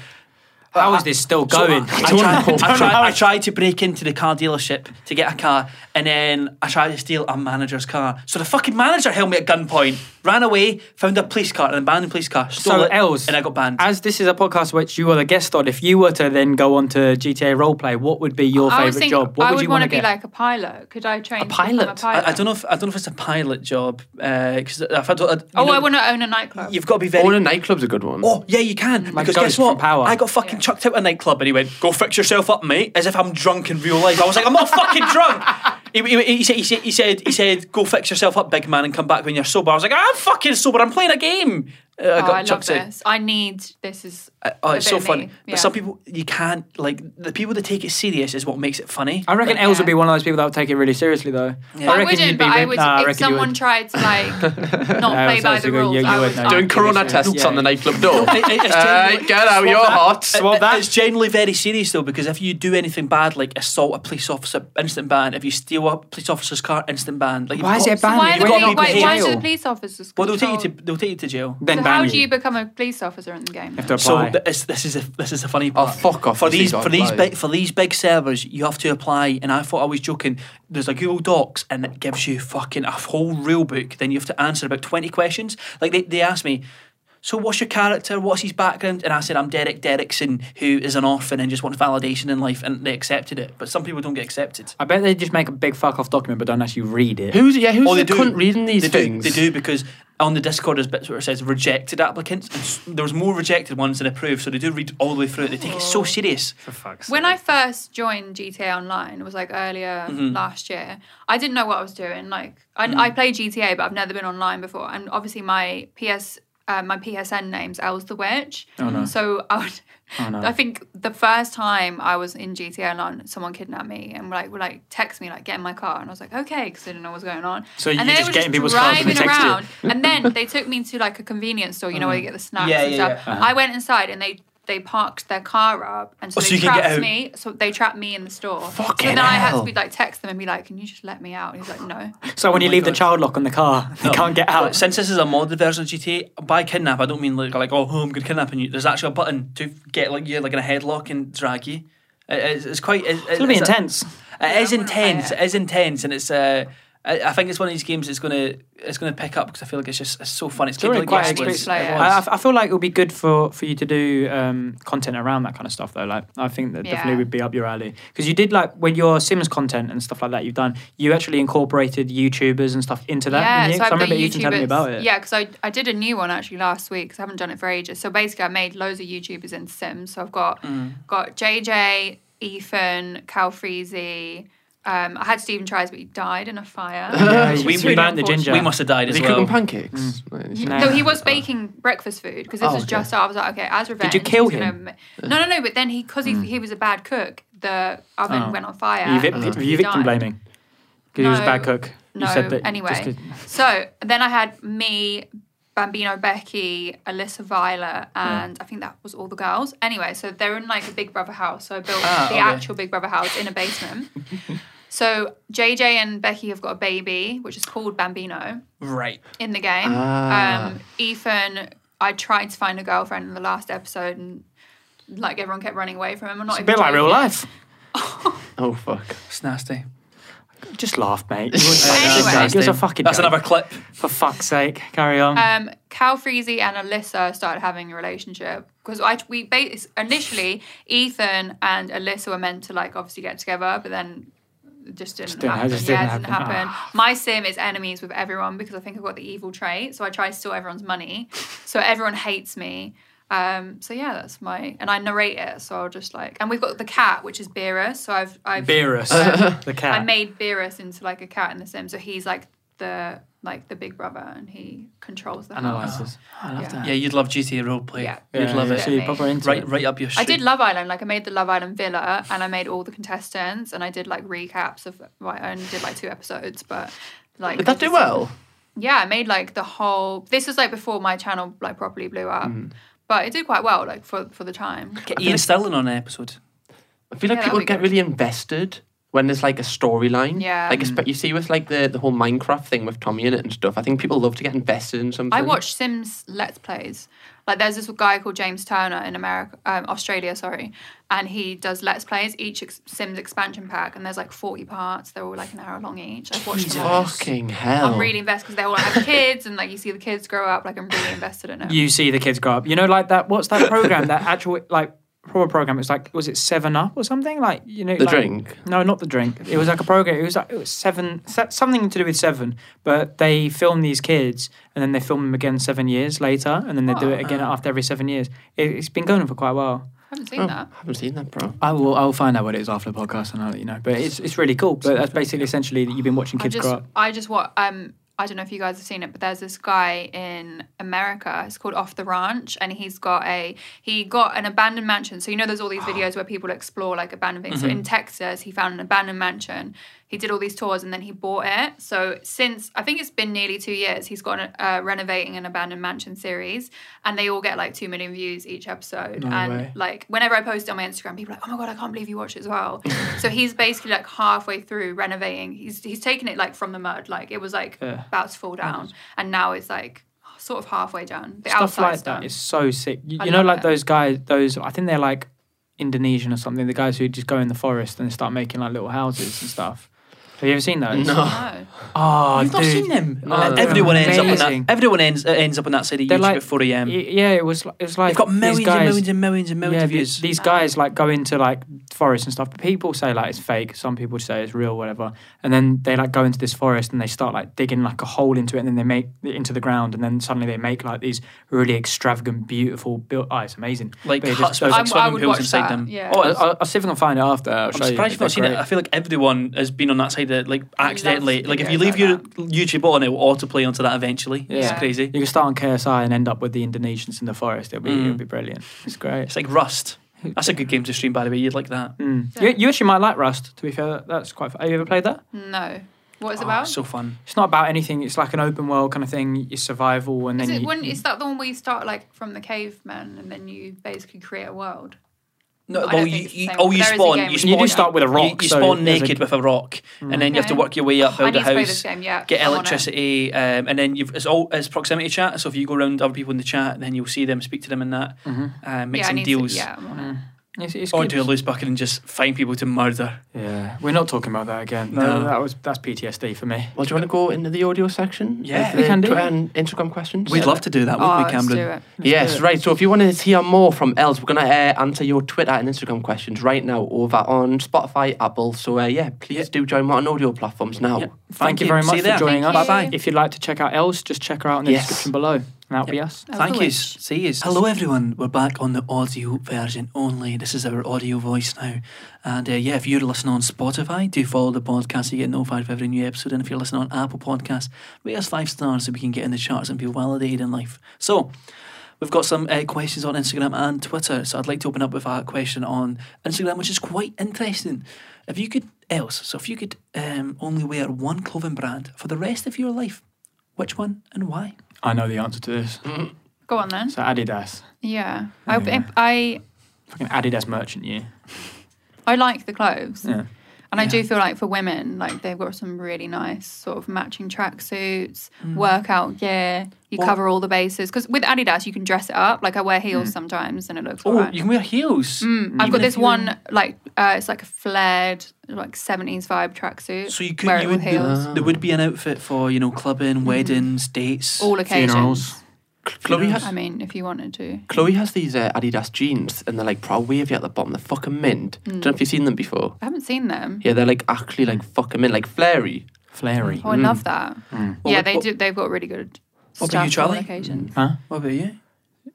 How is this still so going? I, I, tried, I, tried, I tried to break into the car dealership to get a car, and then I tried to steal a manager's car. So the fucking manager held me at gunpoint, ran away, found a police car, an abandoned police car, stole so it, Els, and I got banned. As this is a podcast which you are the guest on, if you were to then go on to GTA roleplay, what would be your I was favorite thinking job? What I would, would you want to be get? like a pilot. Could I train? A pilot? A pilot? I, I don't know if I don't know if it's a pilot job because I've had. I, you Oh, know, I want to own a nightclub. You've got to be very. Owning a nightclub's a good one. Oh yeah, you can. Like because Ghost guess what? from Power. I got fucking Yeah. chucked out of a nightclub, and he went, "Go fix yourself up, mate," as if I'm drunk in real life. I was like, "I'm not fucking drunk." He, he, he, said, he, said, he said, he said, "Go fix yourself up, big man, and come back when you're sober." I was like, "I'm fucking sober. I'm playing a game." Uh, I oh, got I love chucked out. this. I need this. Is Oh, a it's bit so of me. funny. Yeah. But some people, you can't like the people that take it serious is what makes it funny. I reckon Yeah. Els would be one of those people that would take it really seriously, though. I, reckon wouldn't, you'd be. but I really- would. nah, I if reckon you someone would. tried to like not I play was- I by was the thinking rules, you- you I would would. know. I Doing would- corona tests Yeah. on the nightclub door. It- it- it's Uh, genuinely- get out, swap you're that. hot. Swap It- that. It's generally very serious though, because if you do anything bad, like assault a police officer, instant ban. If you steal a police officer's car, instant ban. Like you've Why is got- it banned? Why, You've do got they, to be why, why jail. do the police officers? Well, they'll control- take you to they'll take you to jail. Then So ban how you. do you become a police officer in the game? have to So apply. th- this, this is a, this is a funny Oh, part. fuck off, for this these is for these online. big for these big servers you have to apply and I thought I was joking there's a Google Docs and it gives you fucking a whole rule book then you have to answer about 20 questions like they, they asked me so what's your character? What's his background? And I said, I'm Derek Derrickson, who is an orphan and just wants validation in life, and they accepted it. But some people don't get accepted. I bet they just make a big fuck off document but don't actually read it. Who's yeah? Who's Oh, the cunt reading these they things? Do, they do because on the Discord there's bits where it says rejected applicants. and s- There was more rejected ones than approved, so they do read all the way through it. They take it Oh. so serious. For fuck's When I first joined GTA Online, it was like earlier Mm-hmm. last year. I didn't know what I was doing. Like I, Mm. I played GTA, but I've never been online before. And obviously, my PS, uh, my PSN name's Els the Witch. Oh, no. So I would. Oh, no. I think the first time I was in GTA Online, someone kidnapped me and like, were like, text me, like, get in my car. And I was like, okay, because I didn't know what was going on. So and you they just were get in people's cars and they driving text you. Mm. around. And then they took me to like a convenience store, you know, where you get the snacks Yeah, and yeah, stuff. Uh-huh. I went inside and they they parked their car up, and so Oh, so they you can get trapped out. me. So they trapped me in the store. Fucking so then I had hell. to be like text them and be like, "Can you just let me out?" And he's like, "No." So when Oh you my leave God. Oh. the child lock on the car, they can't get But out. since this is a modded version of GTA, by kidnap I don't mean like, like oh I'm gonna kidnap you. There's actually a button to get like you like in a headlock and drag you. It- it's, it's quite. It, It's gonna be it's a- intense. It is I wanna play intense. it. It is intense, and it's. Uh, I I think it's one of these games that's gonna it's gonna pick up because I feel like it's just it's so fun. It's It's already capable quite of explicit. explicit. exploits. Like, It I, was. I- I feel like it would be good for, for you to do um, content around that kind of stuff, though. Like, I think that Yeah. definitely would be up your alley because you did like when your Sims content and stuff like that you've done, you actually incorporated YouTubers and stuff into that. didn't you? 'Cause I I've remember done you even telling YouTubers- me about it. Yeah, because I, I did a new one actually last week because I haven't done it for ages. So basically, I made loads of YouTubers in Sims. So I've got Mm. got JJ, Ethan, Cal Freezy. Um, I had Stephen Tries, but he died in a fire. Yeah, which we- is we really banned the unfortunate. ginger. we must have died Is as he well. Mm. cooking pancakes? Right, He- No. No, he was baking breakfast food because this Oh, was okay. just. I was like, okay, as revenge. you kill Mm. he's Gonna, no, no, no. But then he, because he, he was a bad cook, the oven Oh. went on fire. Were you, vic- and were he you victim died. blaming because he was a bad No. cook. You No, said that just anyway. 'cause- So then I had me, Bambino Becky, Alyssa Violet, and I think that was all the girls. Anyway, so they're in like a Big Brother house. So I built Ah, the okay. actual Big Brother house in a basement. so JJ and Becky have got a baby, which is called Bambino Right. in the game. Ah. Um, Ethan, I tried to find a girlfriend in the last episode and like everyone kept running away from him. I'm not It's a even bit like real joking. life. Oh fuck! It's nasty. Just laugh, mate. Anyway. Give us a fucking That's joke. another clip. For fuck's sake, carry on. um, Cal Freezy and Alyssa started having a relationship because I we bas- initially Ethan and Alyssa were meant to like obviously get together, but then it just didn't, didn't- happen. just yeah, didn't it didn't happen. Ah. happen. My sim is enemies with everyone because I think I've got the evil trait, so I try to steal everyone's money, so everyone hates me. Um, so yeah, that's my and I narrate it, so I'll just like and we've got the cat, which is Beerus. So I've I've Beerus, Um, the cat. I made Beerus into like a cat in The Sims, so he's like the like the big brother, and he controls the house. analyzes. I love Yeah. that. Yeah, you'd love GTA roleplay. Yeah. You'd love yeah, it. So you're proper into Right, it. right up your street. I did Love Island. Like I made the Love Island villa, and I made all the contestants, and I did like recaps of. Well, I only did like two episodes, but like Did I that do just- well? Yeah, I made like the whole. This was like before my channel like properly blew up, Mm-hmm. but it did quite well like for for the time. Get Ian Stirling on an episode. I feel like Yeah, that'd people be get good. really invested when there's like a storyline. Yeah. Mm. Like espe- you see with like the, the whole Minecraft thing with Tommy in it and stuff. I think people love to get invested in something. I watch Sims Let's Plays. Like there's this guy called James Turner in America, um, Australia, sorry, and he does Let's Plays each ex- Sims expansion pack, and there's like 40 parts. They're all like an hour long each. I've watched them all. Fucking hell! I'm really invested because they all have kids, and like you see the kids grow up. Like I'm really invested in it. You see the kids grow up. You know, like that. What's that program? that actual like proper program. It's like was it Seven Up or something? Like you know, The like- drink? No, not the drink. It was like a program. It was like it was seven se- something to do with seven. But they film these kids and then they film them again seven years later, and then they do it again after every seven years. It, it's been going on for quite a while. I haven't seen that. I haven't seen that, bro. I will. I will find out what it is after the podcast, and I'll let you know. But it's it's really cool. But that's basically essentially that you've been watching I kids just, grow up. I just what um. I don't know if you guys have seen it, but there's this guy in America. It's called Off the Ranch, and he's got a he got an abandoned mansion. So you know, there's all these videos where people explore like abandoned things. So Mm-hmm. in Texas, he found an abandoned mansion. He did all these tours, and then he bought it. So since I think it's been nearly two years, he's got an, uh, renovating an abandoned mansion series, and they all get like two million views each episode. and way. like whenever I post it on my Instagram, people are like, "Oh my god, I can't believe you watch it as well." so he's basically like halfway through renovating. He's he's taken it like from the mud, like it was like about to fall down, and now it's like sort of halfway down. The stuff outside like stuff. that is so sick. You, I you know, love like it. those guys, those I think they're like Indonesian or something. The guys who just go in the forest and start making like little houses and stuff. Have you ever seen those? No. No. Oh, You've not dude. seen them. No, Uh, they're everyone ends up on amazing. that. Everyone ends uh, ends up on that side of They're YouTube like- at 4 a.m. Y- Yeah, it was. li- It was like They've got these millions guys- and millions and millions and millions yeah, of th- views. these guys like go into like forests and stuff. But people say like it's fake. Some people say it's real, whatever. And then they like go into this forest and they start like digging like a hole into it, and then they make into the ground, and then suddenly they make like these really extravagant, beautiful. Built- oh, it's amazing. like But it huts just- with I- like I swimming would pools watch inside that, them. yeah. Oh, I'll, I'll, I'll see if I can find it after. I'll I'm show you. surprised you've not They're seen it. great. I feel like everyone has been on that side of it, like accidentally. to Like if go you leave like your that. YouTube on, it will autoplay onto that eventually. It's Yeah. crazy. You can start on KSI and end up with the Indonesians in the forest. It'll be, Mm. it'll be brilliant. It's great. It's like Rust. That's a good game to stream, by the way. You'd like that. Mm. You, you actually might like Rust. To be fair, That- that's quite. Fun. Have you ever played that? No. What is Ah, it Oh, about? so fun. It's not about anything. It's like an open world kind of thing. It's survival, and Is then it you, when is that the one where you start like from the caveman and then you basically create a world? I No, don't well, think you, it's the you, same, oh, but you there is a spawn. game You where spawn. you do start with a you- rock. You, so spawn there's a- naked with a rock, and then you have to Okay. work your way up, build Mm. I need a to play house, this game. Yeah. get I'm on it. electricity, um, and then you've it's all it's proximity chat. So if you go around other people in the chat, then you'll see them, speak to them, in that, Mhm. uh, make Yeah, I some need to- deals, yeah, I'm on it. mm-hmm. It's, it's or good. do a loose bucket and just find people to murder. Yeah, we're not talking about that again. No, No. that was that's PTSD for me. Well, do you want to go into the audio section? Yeah. Of We the can do. Twitter and Instagram questions. We'd love to do that, wouldn't Oh, we, let's do Cameron? it. Yes, right. So if you want to hear more from Els, we're going to uh, answer your Twitter and Instagram questions right now over on Spotify, Apple. So uh, yeah, please do join more on audio platforms now. Yep. Thank, you very See much for there. joining Thank us. you. Bye-bye. If you'd like to check out Els, just check her out in the Yes. description below, and that'll be us. Of Thank the you. witch. See you. Hello, everyone. We're back on the audio version only. This is our audio voice now. And uh, yeah, if you're listening on Spotify, do follow the podcast. You get notified of every new episode. And if you're listening on Apple Podcasts, rate us five stars so we can get in the charts and be validated in life. So, We've got some uh, questions on Instagram and Twitter, so I'd like to open up with a question on Instagram, which is quite interesting. If you could, else, so if you could um, only wear one clothing brand for the rest of your life, which one and why? I know the answer to this. Go on then. So Adidas, Yeah. I, I fucking Adidas merchant year. I like the clothes. Yeah. And I do Yeah. feel like for women, like they've got some really nice sort of matching tracksuits, workout gear. You Mm. Well- cover all the bases because with Adidas you can dress it up. Like I wear heels sometimes and it looks. Mm. Oh, alright. you can wear heels. Mm, I've got this one like uh, it's like a flared like seventies vibe tracksuit. So you wear could, it you with would, heels. there would be an outfit for you know clubbing, weddings, dates. all occasions. Funerals. Chloe has, I mean, if you wanted to. Chloe has these uh, Adidas jeans, and they're like proper wavy at the bottom. They're fucking mint. Hmm. Don't know if you've seen them before. I haven't seen them. Yeah, they're like actually like fucking mint, like flary. Hmm. Flary. Oh, I love that. Well, Yeah, mm. what- they what- do. They've got really good. What about you, stuff for all Charlie? Mm. occasions. Huh? What about you?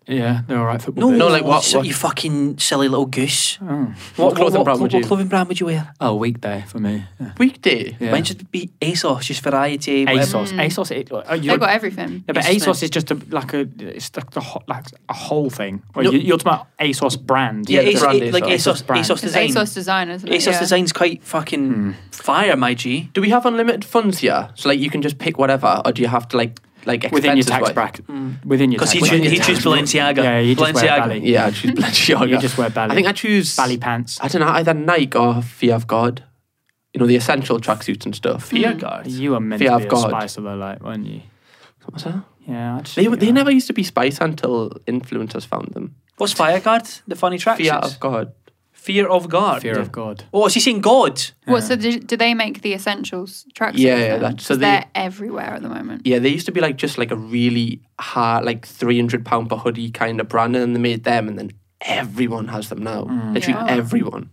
Yeah, they're all right football. No, boots. No, like what- shut what- You fucking silly little goose. Oh. What clothing brand would what you- clothing brand would you wear? oh, weekday for me. Yeah. Weekday. Yeah. Mine should be ASOS, just variety. whatever. ASOS. Mm. ASOS. It, uh, you- They've got everything. Yeah, but It's ASOS the- is just a, like a it's like the ho- like a whole thing. Or No. you, you're talking about ASOS brand. Yeah, Yeah, ASOS, brand Hmm. like ASOS. ASOS, Brand. ASOS It's design. ASOS design, isn't it? ASOS Yeah. design's quite fucking fire, my G. Do we have unlimited funds here? So like you can just pick whatever, or do you have to like like within your tax expenses-wise? bracket. Within your Because tax he, Wait, choo- wait, bracket. he yeah. choose Balenciaga. Yeah, you just wear Balenciaga. Bali. Yeah, I choose Balenciaga. You just wear Bali. I think I choose Bally pants. I don't know, either Nike or Fear of God. You know, the essential tracksuits and stuff. Mm. Fear guard. You were meant Fear to of be a God. spice of the light, weren't you? What's that? Yeah, I just, They, yeah. they never used to be Spice until influencers found them. What's fire guard? The funny track. Fear of God. Fear of God. Fear of God. Oh, is he saying God? What? Um, So do, do they make the essentials tracksuits? Yeah, yeah, then? that- so 'Cause they- they're everywhere at the moment. Yeah, they used to be like just like a really hard, like three hundred pound per hoodie kind of brand, and then they made them, and then everyone has them now. Mm. Literally Yeah. everyone.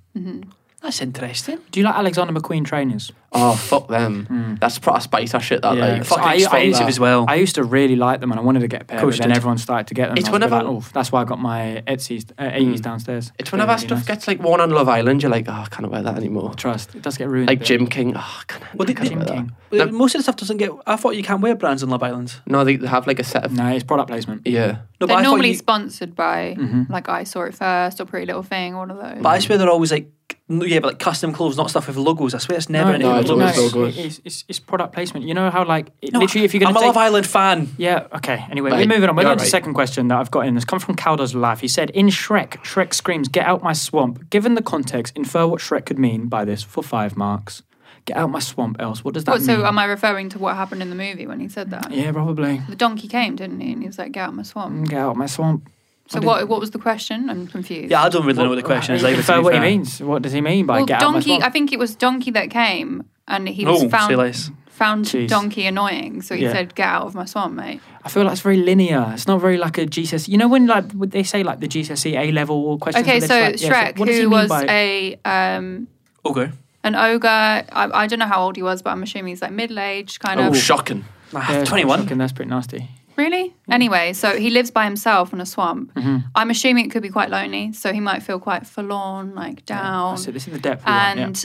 That's interesting. Do you like Alexander McQueen trainers? Oh fuck them. That's proper Spice. I shit that Hmm. Yeah. like. So Fuck Fucking I- I used expensive to- as well. I used to really like them, and I wanted to get a pair, course but you then did. everyone started to get them. It's It's whenever. whenever- Hmm. Like, "Oof, that's why I got my Etsy's uh, Etsy's downstairs. It's They're whenever really stuff nice. gets like worn on Love Island, you're like, oh, I can't wear that anymore. trust. It does get ruined. a Like bit. Jim King, oh, can I, Well, I they- can't they- wear that. King. Well, Most of the stuff doesn't get. I thought you can't wear brands on Love Island. No, they, they have like a set of No, it's product placement. yeah. No, they're I thought normally you- sponsored by Mm-hmm. like I Saw It First or Pretty Little Thing, one of those. But I swear they're always like, no, yeah, but like custom clothes, not stuff with logos. I swear it's never no, anything with it's always logos. it's, logo. logos. it's, it's, it's product placement. You know how like it, No, literally if you're I'm gonna a Love take, Island fan. Yeah, okay. Anyway, Right, we're moving on. We're you're on to the right. second question that I've got in. This comes from Calder's Laugh. He said, In Shrek, Shrek screams, Get out my swamp. Given the context, infer what Shrek could mean by this for five marks. Get out my swamp, else. What does that What, mean? Oh, so am I referring to what happened in the movie when he said that? yeah, Mm, probably. The donkey came, didn't he? And he was like, "Get out of my swamp." Get out my swamp. So what? What was the question? I'm confused. Yeah, I don't really know what the question is either. to So be what he fair. means? What does he mean by Well, get out donkey. my I swamp? think it was donkey that came, and he Oh, was say found less. found Jeez. donkey annoying. So he Yeah. said, "Get out of my swamp, mate." I feel like it's very linear. It's not very like a GCSE. E. You know when like would they say like the GCSE E A level questions? Okay, but so it's like, yeah, Shrek, what does he who mean was by- a um, Okay. an ogre, I, I don't know how old he was, but I'm assuming he's like middle aged, kind Oh, of. shocking. Yeah, Ah, it's 21. shocking, That's pretty nasty. Really? Anyway, so he lives by himself in a swamp. Mm-hmm. I'm assuming it could be quite lonely, so he might feel quite forlorn, like down. So this is the depth. we want, yeah. Mm.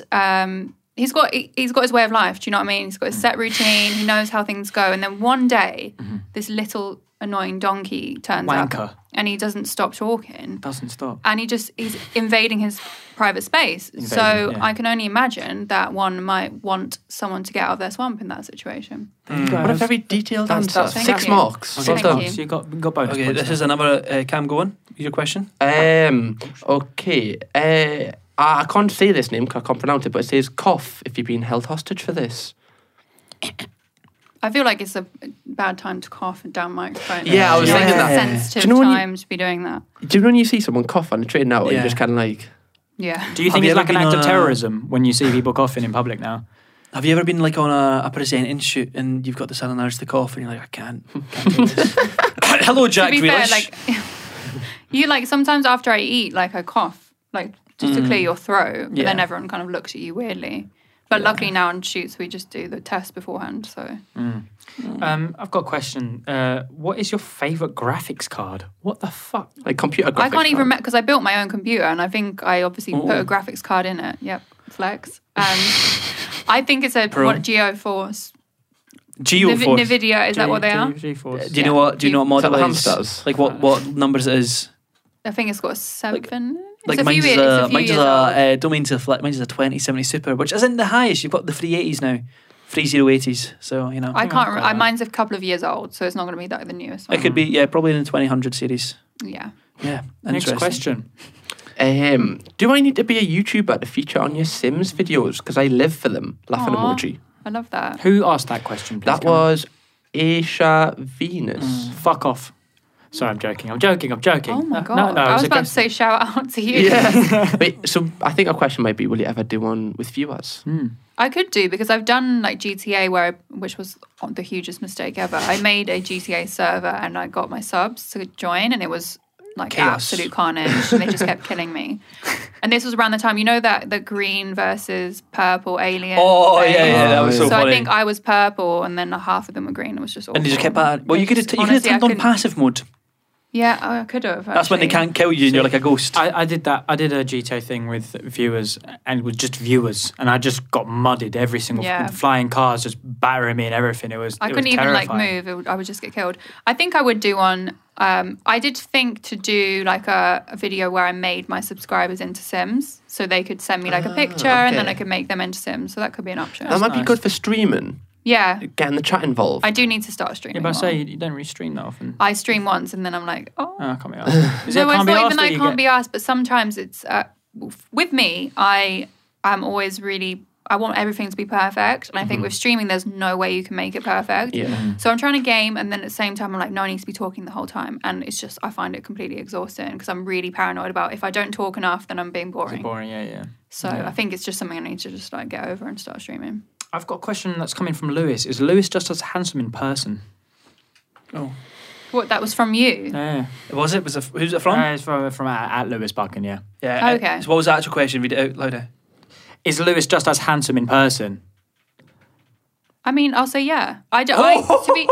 and um, he's got he- he's got his way of life. Do you know what I mean? He's got his set routine. He knows how things go. And then one day, this little annoying donkey turns Mm-hmm. Wanker. up, and he doesn't stop talking. doesn't stop. And he just he's invading his private space. so Invading, yeah. I can only imagine that one might want someone to get out of their swamp in that situation. Mm. What a very detailed That's- answer. that's Six fine. marks. Okay. Well Thank done. you. So you got you got bonus Okay, points this now. is another uh, Cam going. Your question? Um. Okay. Uh, I I can't say this name 'cause I can't pronounce it, but it says cough if you've been held hostage for this. I feel like it's a bad time to cough and down microphone. Yeah, I was You know, thinking it's a that. sensitive Do you know when you- time to be doing that. Do you know when you see someone cough on a train now, and Yeah. you're just kind of like, Yeah. Do you Have think you it's ever like an been act on of a- terrorism when you see people coughing in public now? Have you ever been like on a, a presenting shoot and you've got the sudden urge to cough and you're like, I can't. can't do this. Hello, Jack to be Grealish. fair, like you like sometimes after I eat, like I cough, like just Mm. to clear your throat, but then Yeah. everyone kind of looks at you weirdly. But luckily now on shoots we just do the test beforehand, so Mm. Um, I've got a question. Uh, what is your favourite graphics card? What the fuck? like computer graphics. I can't even now. remember because I built my own computer and I think I obviously put a graphics card in it. Yep, flex. And I think it's a Pro. what Geo Force. Geo Force. Do Nvidia is that what they are? GeForce. you know yeah. what? Uh, Do you know what Is model that the it hamsters? Like what what numbers it is? I think it's got a seven. Like it's a few mine's years. a, it's a few mine's years a old. uh, don't mean to flex. Mine's a 2070 Super, which isn't the highest. You've got the 380s now, 3080s. So you know, I can't. got Re- that. mine's a couple of years old, so it's not going to be like the newest it one. could be yeah, probably in the 2000 series. Yeah. Yeah, Next interesting. question. Um, do I need to be a YouTuber to feature on your Sims videos? Because I live for them. Laughing Aw. emoji. I love that. Who asked that question? Please That Cameron? was Aisha Venus. Mm. Mm. Fuck off. Sorry, I'm joking. I'm joking. I'm joking. Oh my No, god! No, no, it I was a about to guess. say shout out to you. Yeah. Wait, so I think our question might be, will you ever do one with viewers? Mm. I could do because I've done like GTA where, I, which was the hugest mistake ever. I made a GTA server and I got my subs to join, and it was like Chaos. absolute carnage. and they just kept killing me. And this was around the time you know that the green versus purple alien. Oh thing? yeah, yeah, that was Oh, so, So funny. I think I was purple, and then half of them were green. It was just awful. and you just kept at well, you could have Just you could have honestly, I turned on couldn't- passive mode. Yeah, I could have. That's when they actually. can't kill you and you're like a ghost. I, I did that. I did a GTA thing with viewers and with just viewers, and I just got mudded every single Yeah. flying cars just battering me and everything. It was. I it was couldn't even like terrifying. move. It would, I would just get killed. I think I would do one. Um, I did think to do like a, a video where I made my subscribers into Sims, so they could send me like a picture, and then I okay. could make them into Sims. So that could be an option. That might be nice. good for streaming, yeah, getting the chat involved. I do need to start streaming. Yeah, but I more. say you, you don't really stream that often. I stream once, and then I'm like, oh, Oh, I can't be asked. Is it no, it's can't be not asked even that that I you can't get- be asked, but sometimes it's uh, with me. I am always really. I want everything to be perfect, and I Mm-hmm. think with streaming, there's no way you can make it perfect. Yeah. So I'm trying to game, and then at the same time, I'm like, no, I need to be talking the whole time, and it's just I find it completely exhausting because I'm really paranoid about if I don't talk enough, then I'm being boring. boring. Yeah, yeah. So I think it's just something I need to just like get over and start streaming. I've got a question that's coming from Lewis. Is Lewis just as handsome in person? What that was from you? Yeah. was it? Was it who's it from? Uh, it's from, from at, at Lewis Bucking, yeah. yeah. Oh, okay. So what was the actual question? Read it out louder. Is Lewis just as handsome in person? I mean, I'll say yeah. I don't I, to be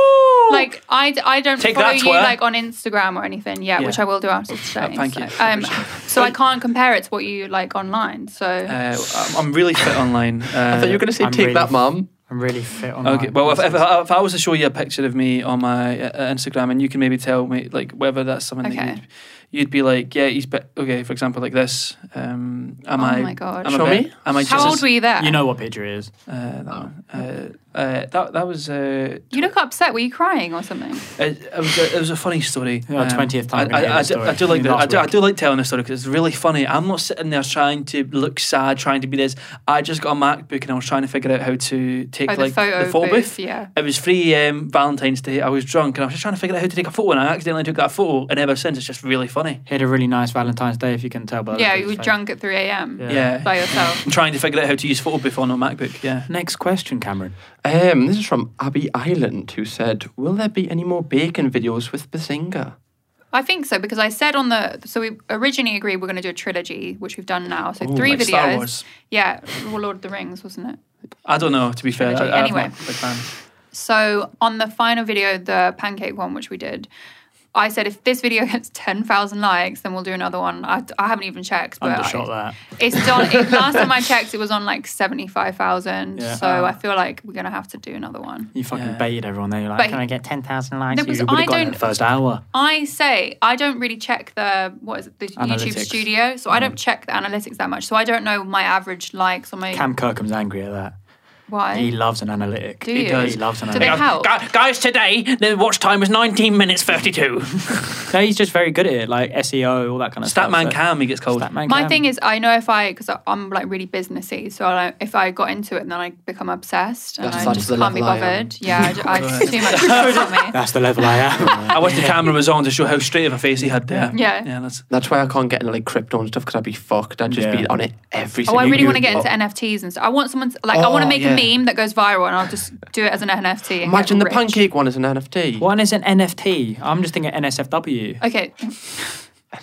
like I, d- I don't Take follow that, you twer. like on Instagram or anything yet, Yeah. which I will do after today. thank you. So, um, so I can't compare it to what you like online. So Uh, I'm- I'm really fit online. Uh, I thought you were going to say, I'm take really- that, mum. I'm really fit on Okay. Well, if, if, if I was to show you a picture of me on my uh, uh, Instagram, and you can maybe tell me like whether that's something Okay. that you'd, you'd be like, yeah, he's bit, okay. For example, like this. Um, am Oh I? my God. Am Show I? bit- me. Am I just? how old were you there? You know what picture it is. Uh, that one. Uh, uh, that that was. Uh, You look upset. Were you crying or something? it, it was a, it was a funny story. Um, Yeah, 20th time I, we hear I, I, the do, I story. do like You the, mean I, last do, I week. do like telling the story because it's really funny. I'm not sitting there trying to look sad, trying to be this. I just got a MacBook and I was trying to figure out how to take Oh, the like photo the photo booth, booth. yeah. It was um, 3 a.m. Valentine's Day. I was drunk and I was just trying to figure out how to take a photo and I accidentally took that photo. And ever since, it's just really funny. He had a really nice Valentine's Day, if you can tell by the yeah, look of you his were face. drunk at 3 a.m. Yeah. Yeah. by yourself. I'm trying to figure out how to use Photobooth on a MacBook. Yeah. Next question, Cameron. Um, this is from Abby Island, who said, "Will there be any more bacon videos with Bazinga?" I think so because I said on the so we originally agreed we're going to do a trilogy, which we've done now. So Ooh, three like videos. Star Wars. Yeah, well, Lord of the Rings, wasn't it? I don't know. To be fair, Trilogy. I, I'm Anyway. not a big fan. So on the final video, the pancake one, which we did, I said if this video gets ten thousand likes, then we'll do another one. I, I haven't even checked, but Undershot I, that. it's done. It, last time I checked, it was on like seventy five thousand. Yeah. So I feel like we're going to have to do another one. You fucking Yeah. baited everyone there. You're like, But- can I get 10,000 likes? No, because you would I have gotten it don't- the first hour. I say I don't really check the what is it, the YouTube Analytics. Studio, so I don't check the analytics that much. So I don't know my average likes or my Cam Kirkham's angry at that. why. He loves an analytic. Do He you? does. He loves an Do they analytic. help? Gu- Guys, today the watch time was 19 minutes 32. No, he's just very good at it, like SEO, all that kind of stuff. Statman so- Cam, he gets called. Statman My Cam. thing is, I know if I because I'm like really businessy, so I, if I got into it, then I become obsessed and That's I such just the um. can't be level I am. bothered. Yeah, I, ju- I just too much pressure on me. That's the level I am. I wish the camera was on to show how straight of a face he had there. Yeah. Yeah, that's. That's why I can't get into like crypto and stuff because I'd be fucked. I'd just Yeah. be on it every. Oh, single I really want to day. get into Oh, NFTs and stuff. I want someone to, like I want Oh, to make yeah. a meme that goes viral, and I'll just do it as an NFT. and Imagine get the rich. pancake one as an NFT. One is an NFT. I'm just thinking NSFW. Okay.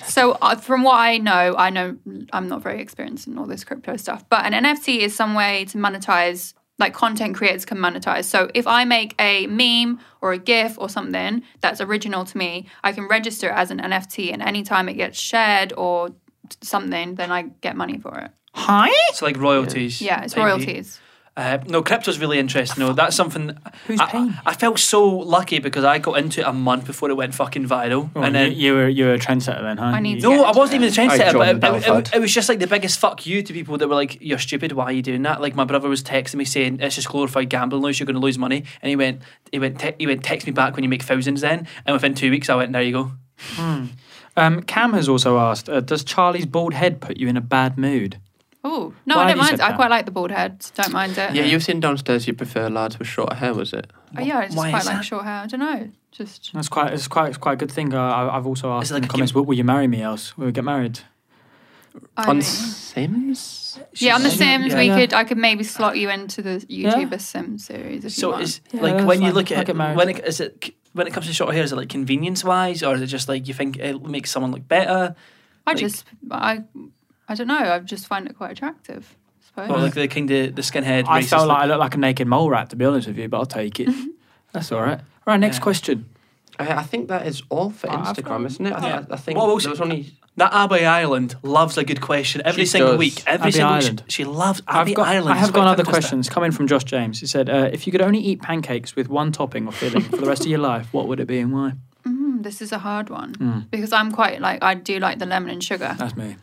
So uh, from what I know, I know I'm not very experienced in all this crypto stuff, but an NFT is some way to monetize like content creators can monetize. So if I make a meme or a gif or something that's original to me, I can register it as an NFT and anytime it gets shared or t- something, then I get money for it. Hi? It's like royalties. Yeah, it's type beat. royalties. Uh, no, crypto's really interesting. No, that's something. Who's I, paying? I felt so lucky because I got into it a month before it went fucking viral, and then. Oh, you, you were you were a trendsetter then, huh? I need You- to- no, Yeah. I wasn't even the I trendsetter, joined but it- it, Belfast. it was just like the biggest fuck you to people that were like, "You're stupid. Why are you doing that?" Like my brother was texting me saying, "It's just glorified gambling. Lose, you're going to lose money." And he went, he went, te- he went, text me back when you make thousands. Then, and within two weeks, I went, "There you go." Um, Cam has also asked, uh, does Charlie's bald head put you in a bad mood? Oh, no, Why I don't have you mind said it. I that? quite like the bald heads. Don't mind it. Yeah, you were saying downstairs you prefer lads with short hair, was it? Oh, yeah, I just Why quite is like that? short hair. I don't know. Just That's quite. It's quite. It's quite a good thing. Uh, I, I've also Is asked it in like the a comments, gimp- will, will you marry me? Else we'll get married. I on mean- Sims? Yeah, on The She's- Sims, yeah. we Yeah. could I could maybe slot you into the YouTuber Sims series. If you So want. is Yeah, like that's when you fine. look I'll at get it, married. when it is it when it comes to short hair, is it like convenience wise, or is it just like you think it makes someone look better, I like- just I I don't know. I just find it quite attractive. I suppose. or like the kind of the skinhead? I racist felt look? like I looked like a naked mole rat, to be honest with you, but I'll take it. That's all right. All right, next Yeah. question. I, I think that is all for I- I've Instagram, got- isn't it? I, yeah. I, I think What else- there was only. that Abby Island loves a good question every She single does. week. Every Abby single Island. She, she loves Abby I've got, Island. I It's have got quite other fantastic. questions coming from Josh James. He said, uh, if you could only eat pancakes with one topping or filling for the rest of your life, what would it be and why? Mm, this is a hard one Mm. because I'm quite like I do like the lemon and sugar. Mm. That's me.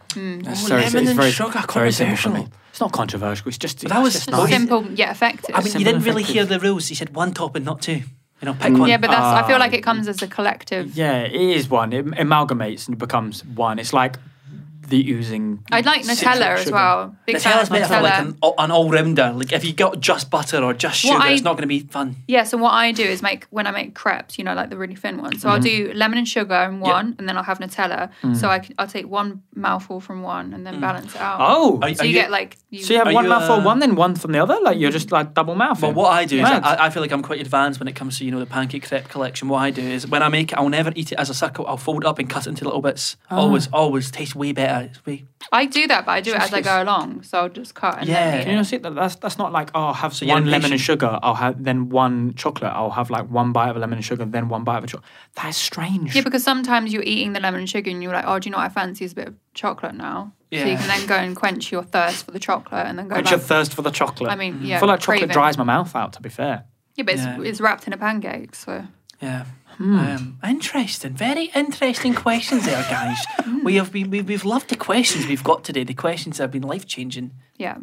That's Oh, very- lemon it's and very- sugar, very simple for me. controversial. It's not controversial. It's just. But it's that was just so nice. Simple yet effective. I mean, you Simple didn't and really hear effective. the rules. He said one top and not two. You know, Mm. pick one. yeah, but that's I feel like Ah. it um, comes as a collective. Yeah, it is one. It amalgamates and becomes one. It's like the oozing. I'd like citric Nutella as sugar. well. Big fan Nutella's of better for like Nutella. an, an all rounder. Like if you got just butter or just What sugar, it's I- not going to be fun. Yeah, so what I do is make when I make crepes, you know, like the really thin ones. So I'll Mm-hmm. do lemon and sugar in one, and then I'll have Nutella. Mm. So I will take one mouthful from one and then balance it out. Oh. Are- so are you, you- get like you, So you have Are one you, mouth uh, from one, then one from the other. Like you're just like double mouth. But what I do is Mad. I, I feel like I'm quite advanced when it comes to you know the pancake crepe collection. What I do is when I make it, I'll never eat it as a circle. I'll fold it up and cut it into little bits. Ah. Always, always tastes way better. It's way I do that, but I do it as I go along. So I'll just cut and then Yeah. eat Can it. you not see that? That's that's not like oh, I'll have So you're one lemon and impatient. sugar. I'll have then one chocolate. I'll have like one bite of a lemon and sugar, then one bite of a chocolate. That is strange. Yeah, because sometimes you're eating the lemon and sugar and you're like, oh, do you know what I fancy is a bit of chocolate now. So Yeah. you can then go and quench your thirst for the chocolate and then go Quench back. your thirst for the chocolate. I mean, yeah, I feel like chocolate craving. dries my mouth out. To be fair, yeah, but it's, Yeah. it's wrapped in a pancake, so. yeah. Um, interesting, very interesting questions there, guys. we have been, we, we've loved the questions we've got today. The questions have been life changing. Yeah.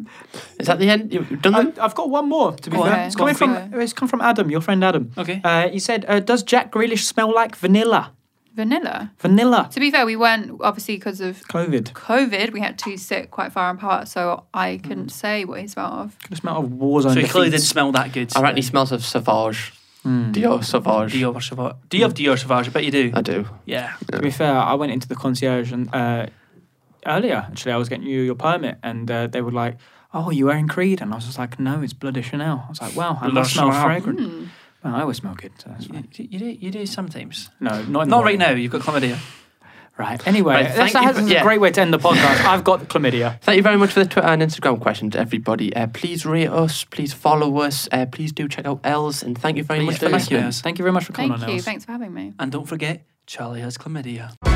Is that the end? You've done I, that? I've got one more. To be Go on, fair, okay. it's go on, coming from quick. it's come from Adam, your friend Adam. Okay. Uh, he said, uh, "Does Jack Grealish smell like vanilla? Vanilla. Vanilla? To be fair, we weren't, obviously, because of COVID? COVID, we had to sit quite far apart, so I couldn't say what he smelled of. Could have smelled of war zone. So he clearly defeats. Hmm. didn't smell that good. I reckon he smells of Sauvage. Dior Sauvage. Dior Sauvage. Do you have Dior Sauvage? I bet you do. I do. yeah. To be fair, I went into the concierge and uh, earlier actually I was getting you your permit, and uh, they were like, "Oh, are you wearing Creed?" And I was just like, "No, it's Bloody Chanel." I was like, "Wow, I Blood must smell Chanel. fragrant." Well, I always smell good. So that's fine. You, you do, you do sometimes. No, not in the Not right morning. now. You've got chlamydia. Right. Anyway, Right, thank that's, you that's for- a yeah. great way to end the podcast. I've got chlamydia. Thank you very much for the Twitter and Instagram questions, everybody. Uh, please rate us. Please follow us. Uh, please do check out Els. And thank you very Please much do. for listening. Yes. Thank you very much for coming Thank on. you. Els. Thanks for having me. And don't forget, Charlie has chlamydia.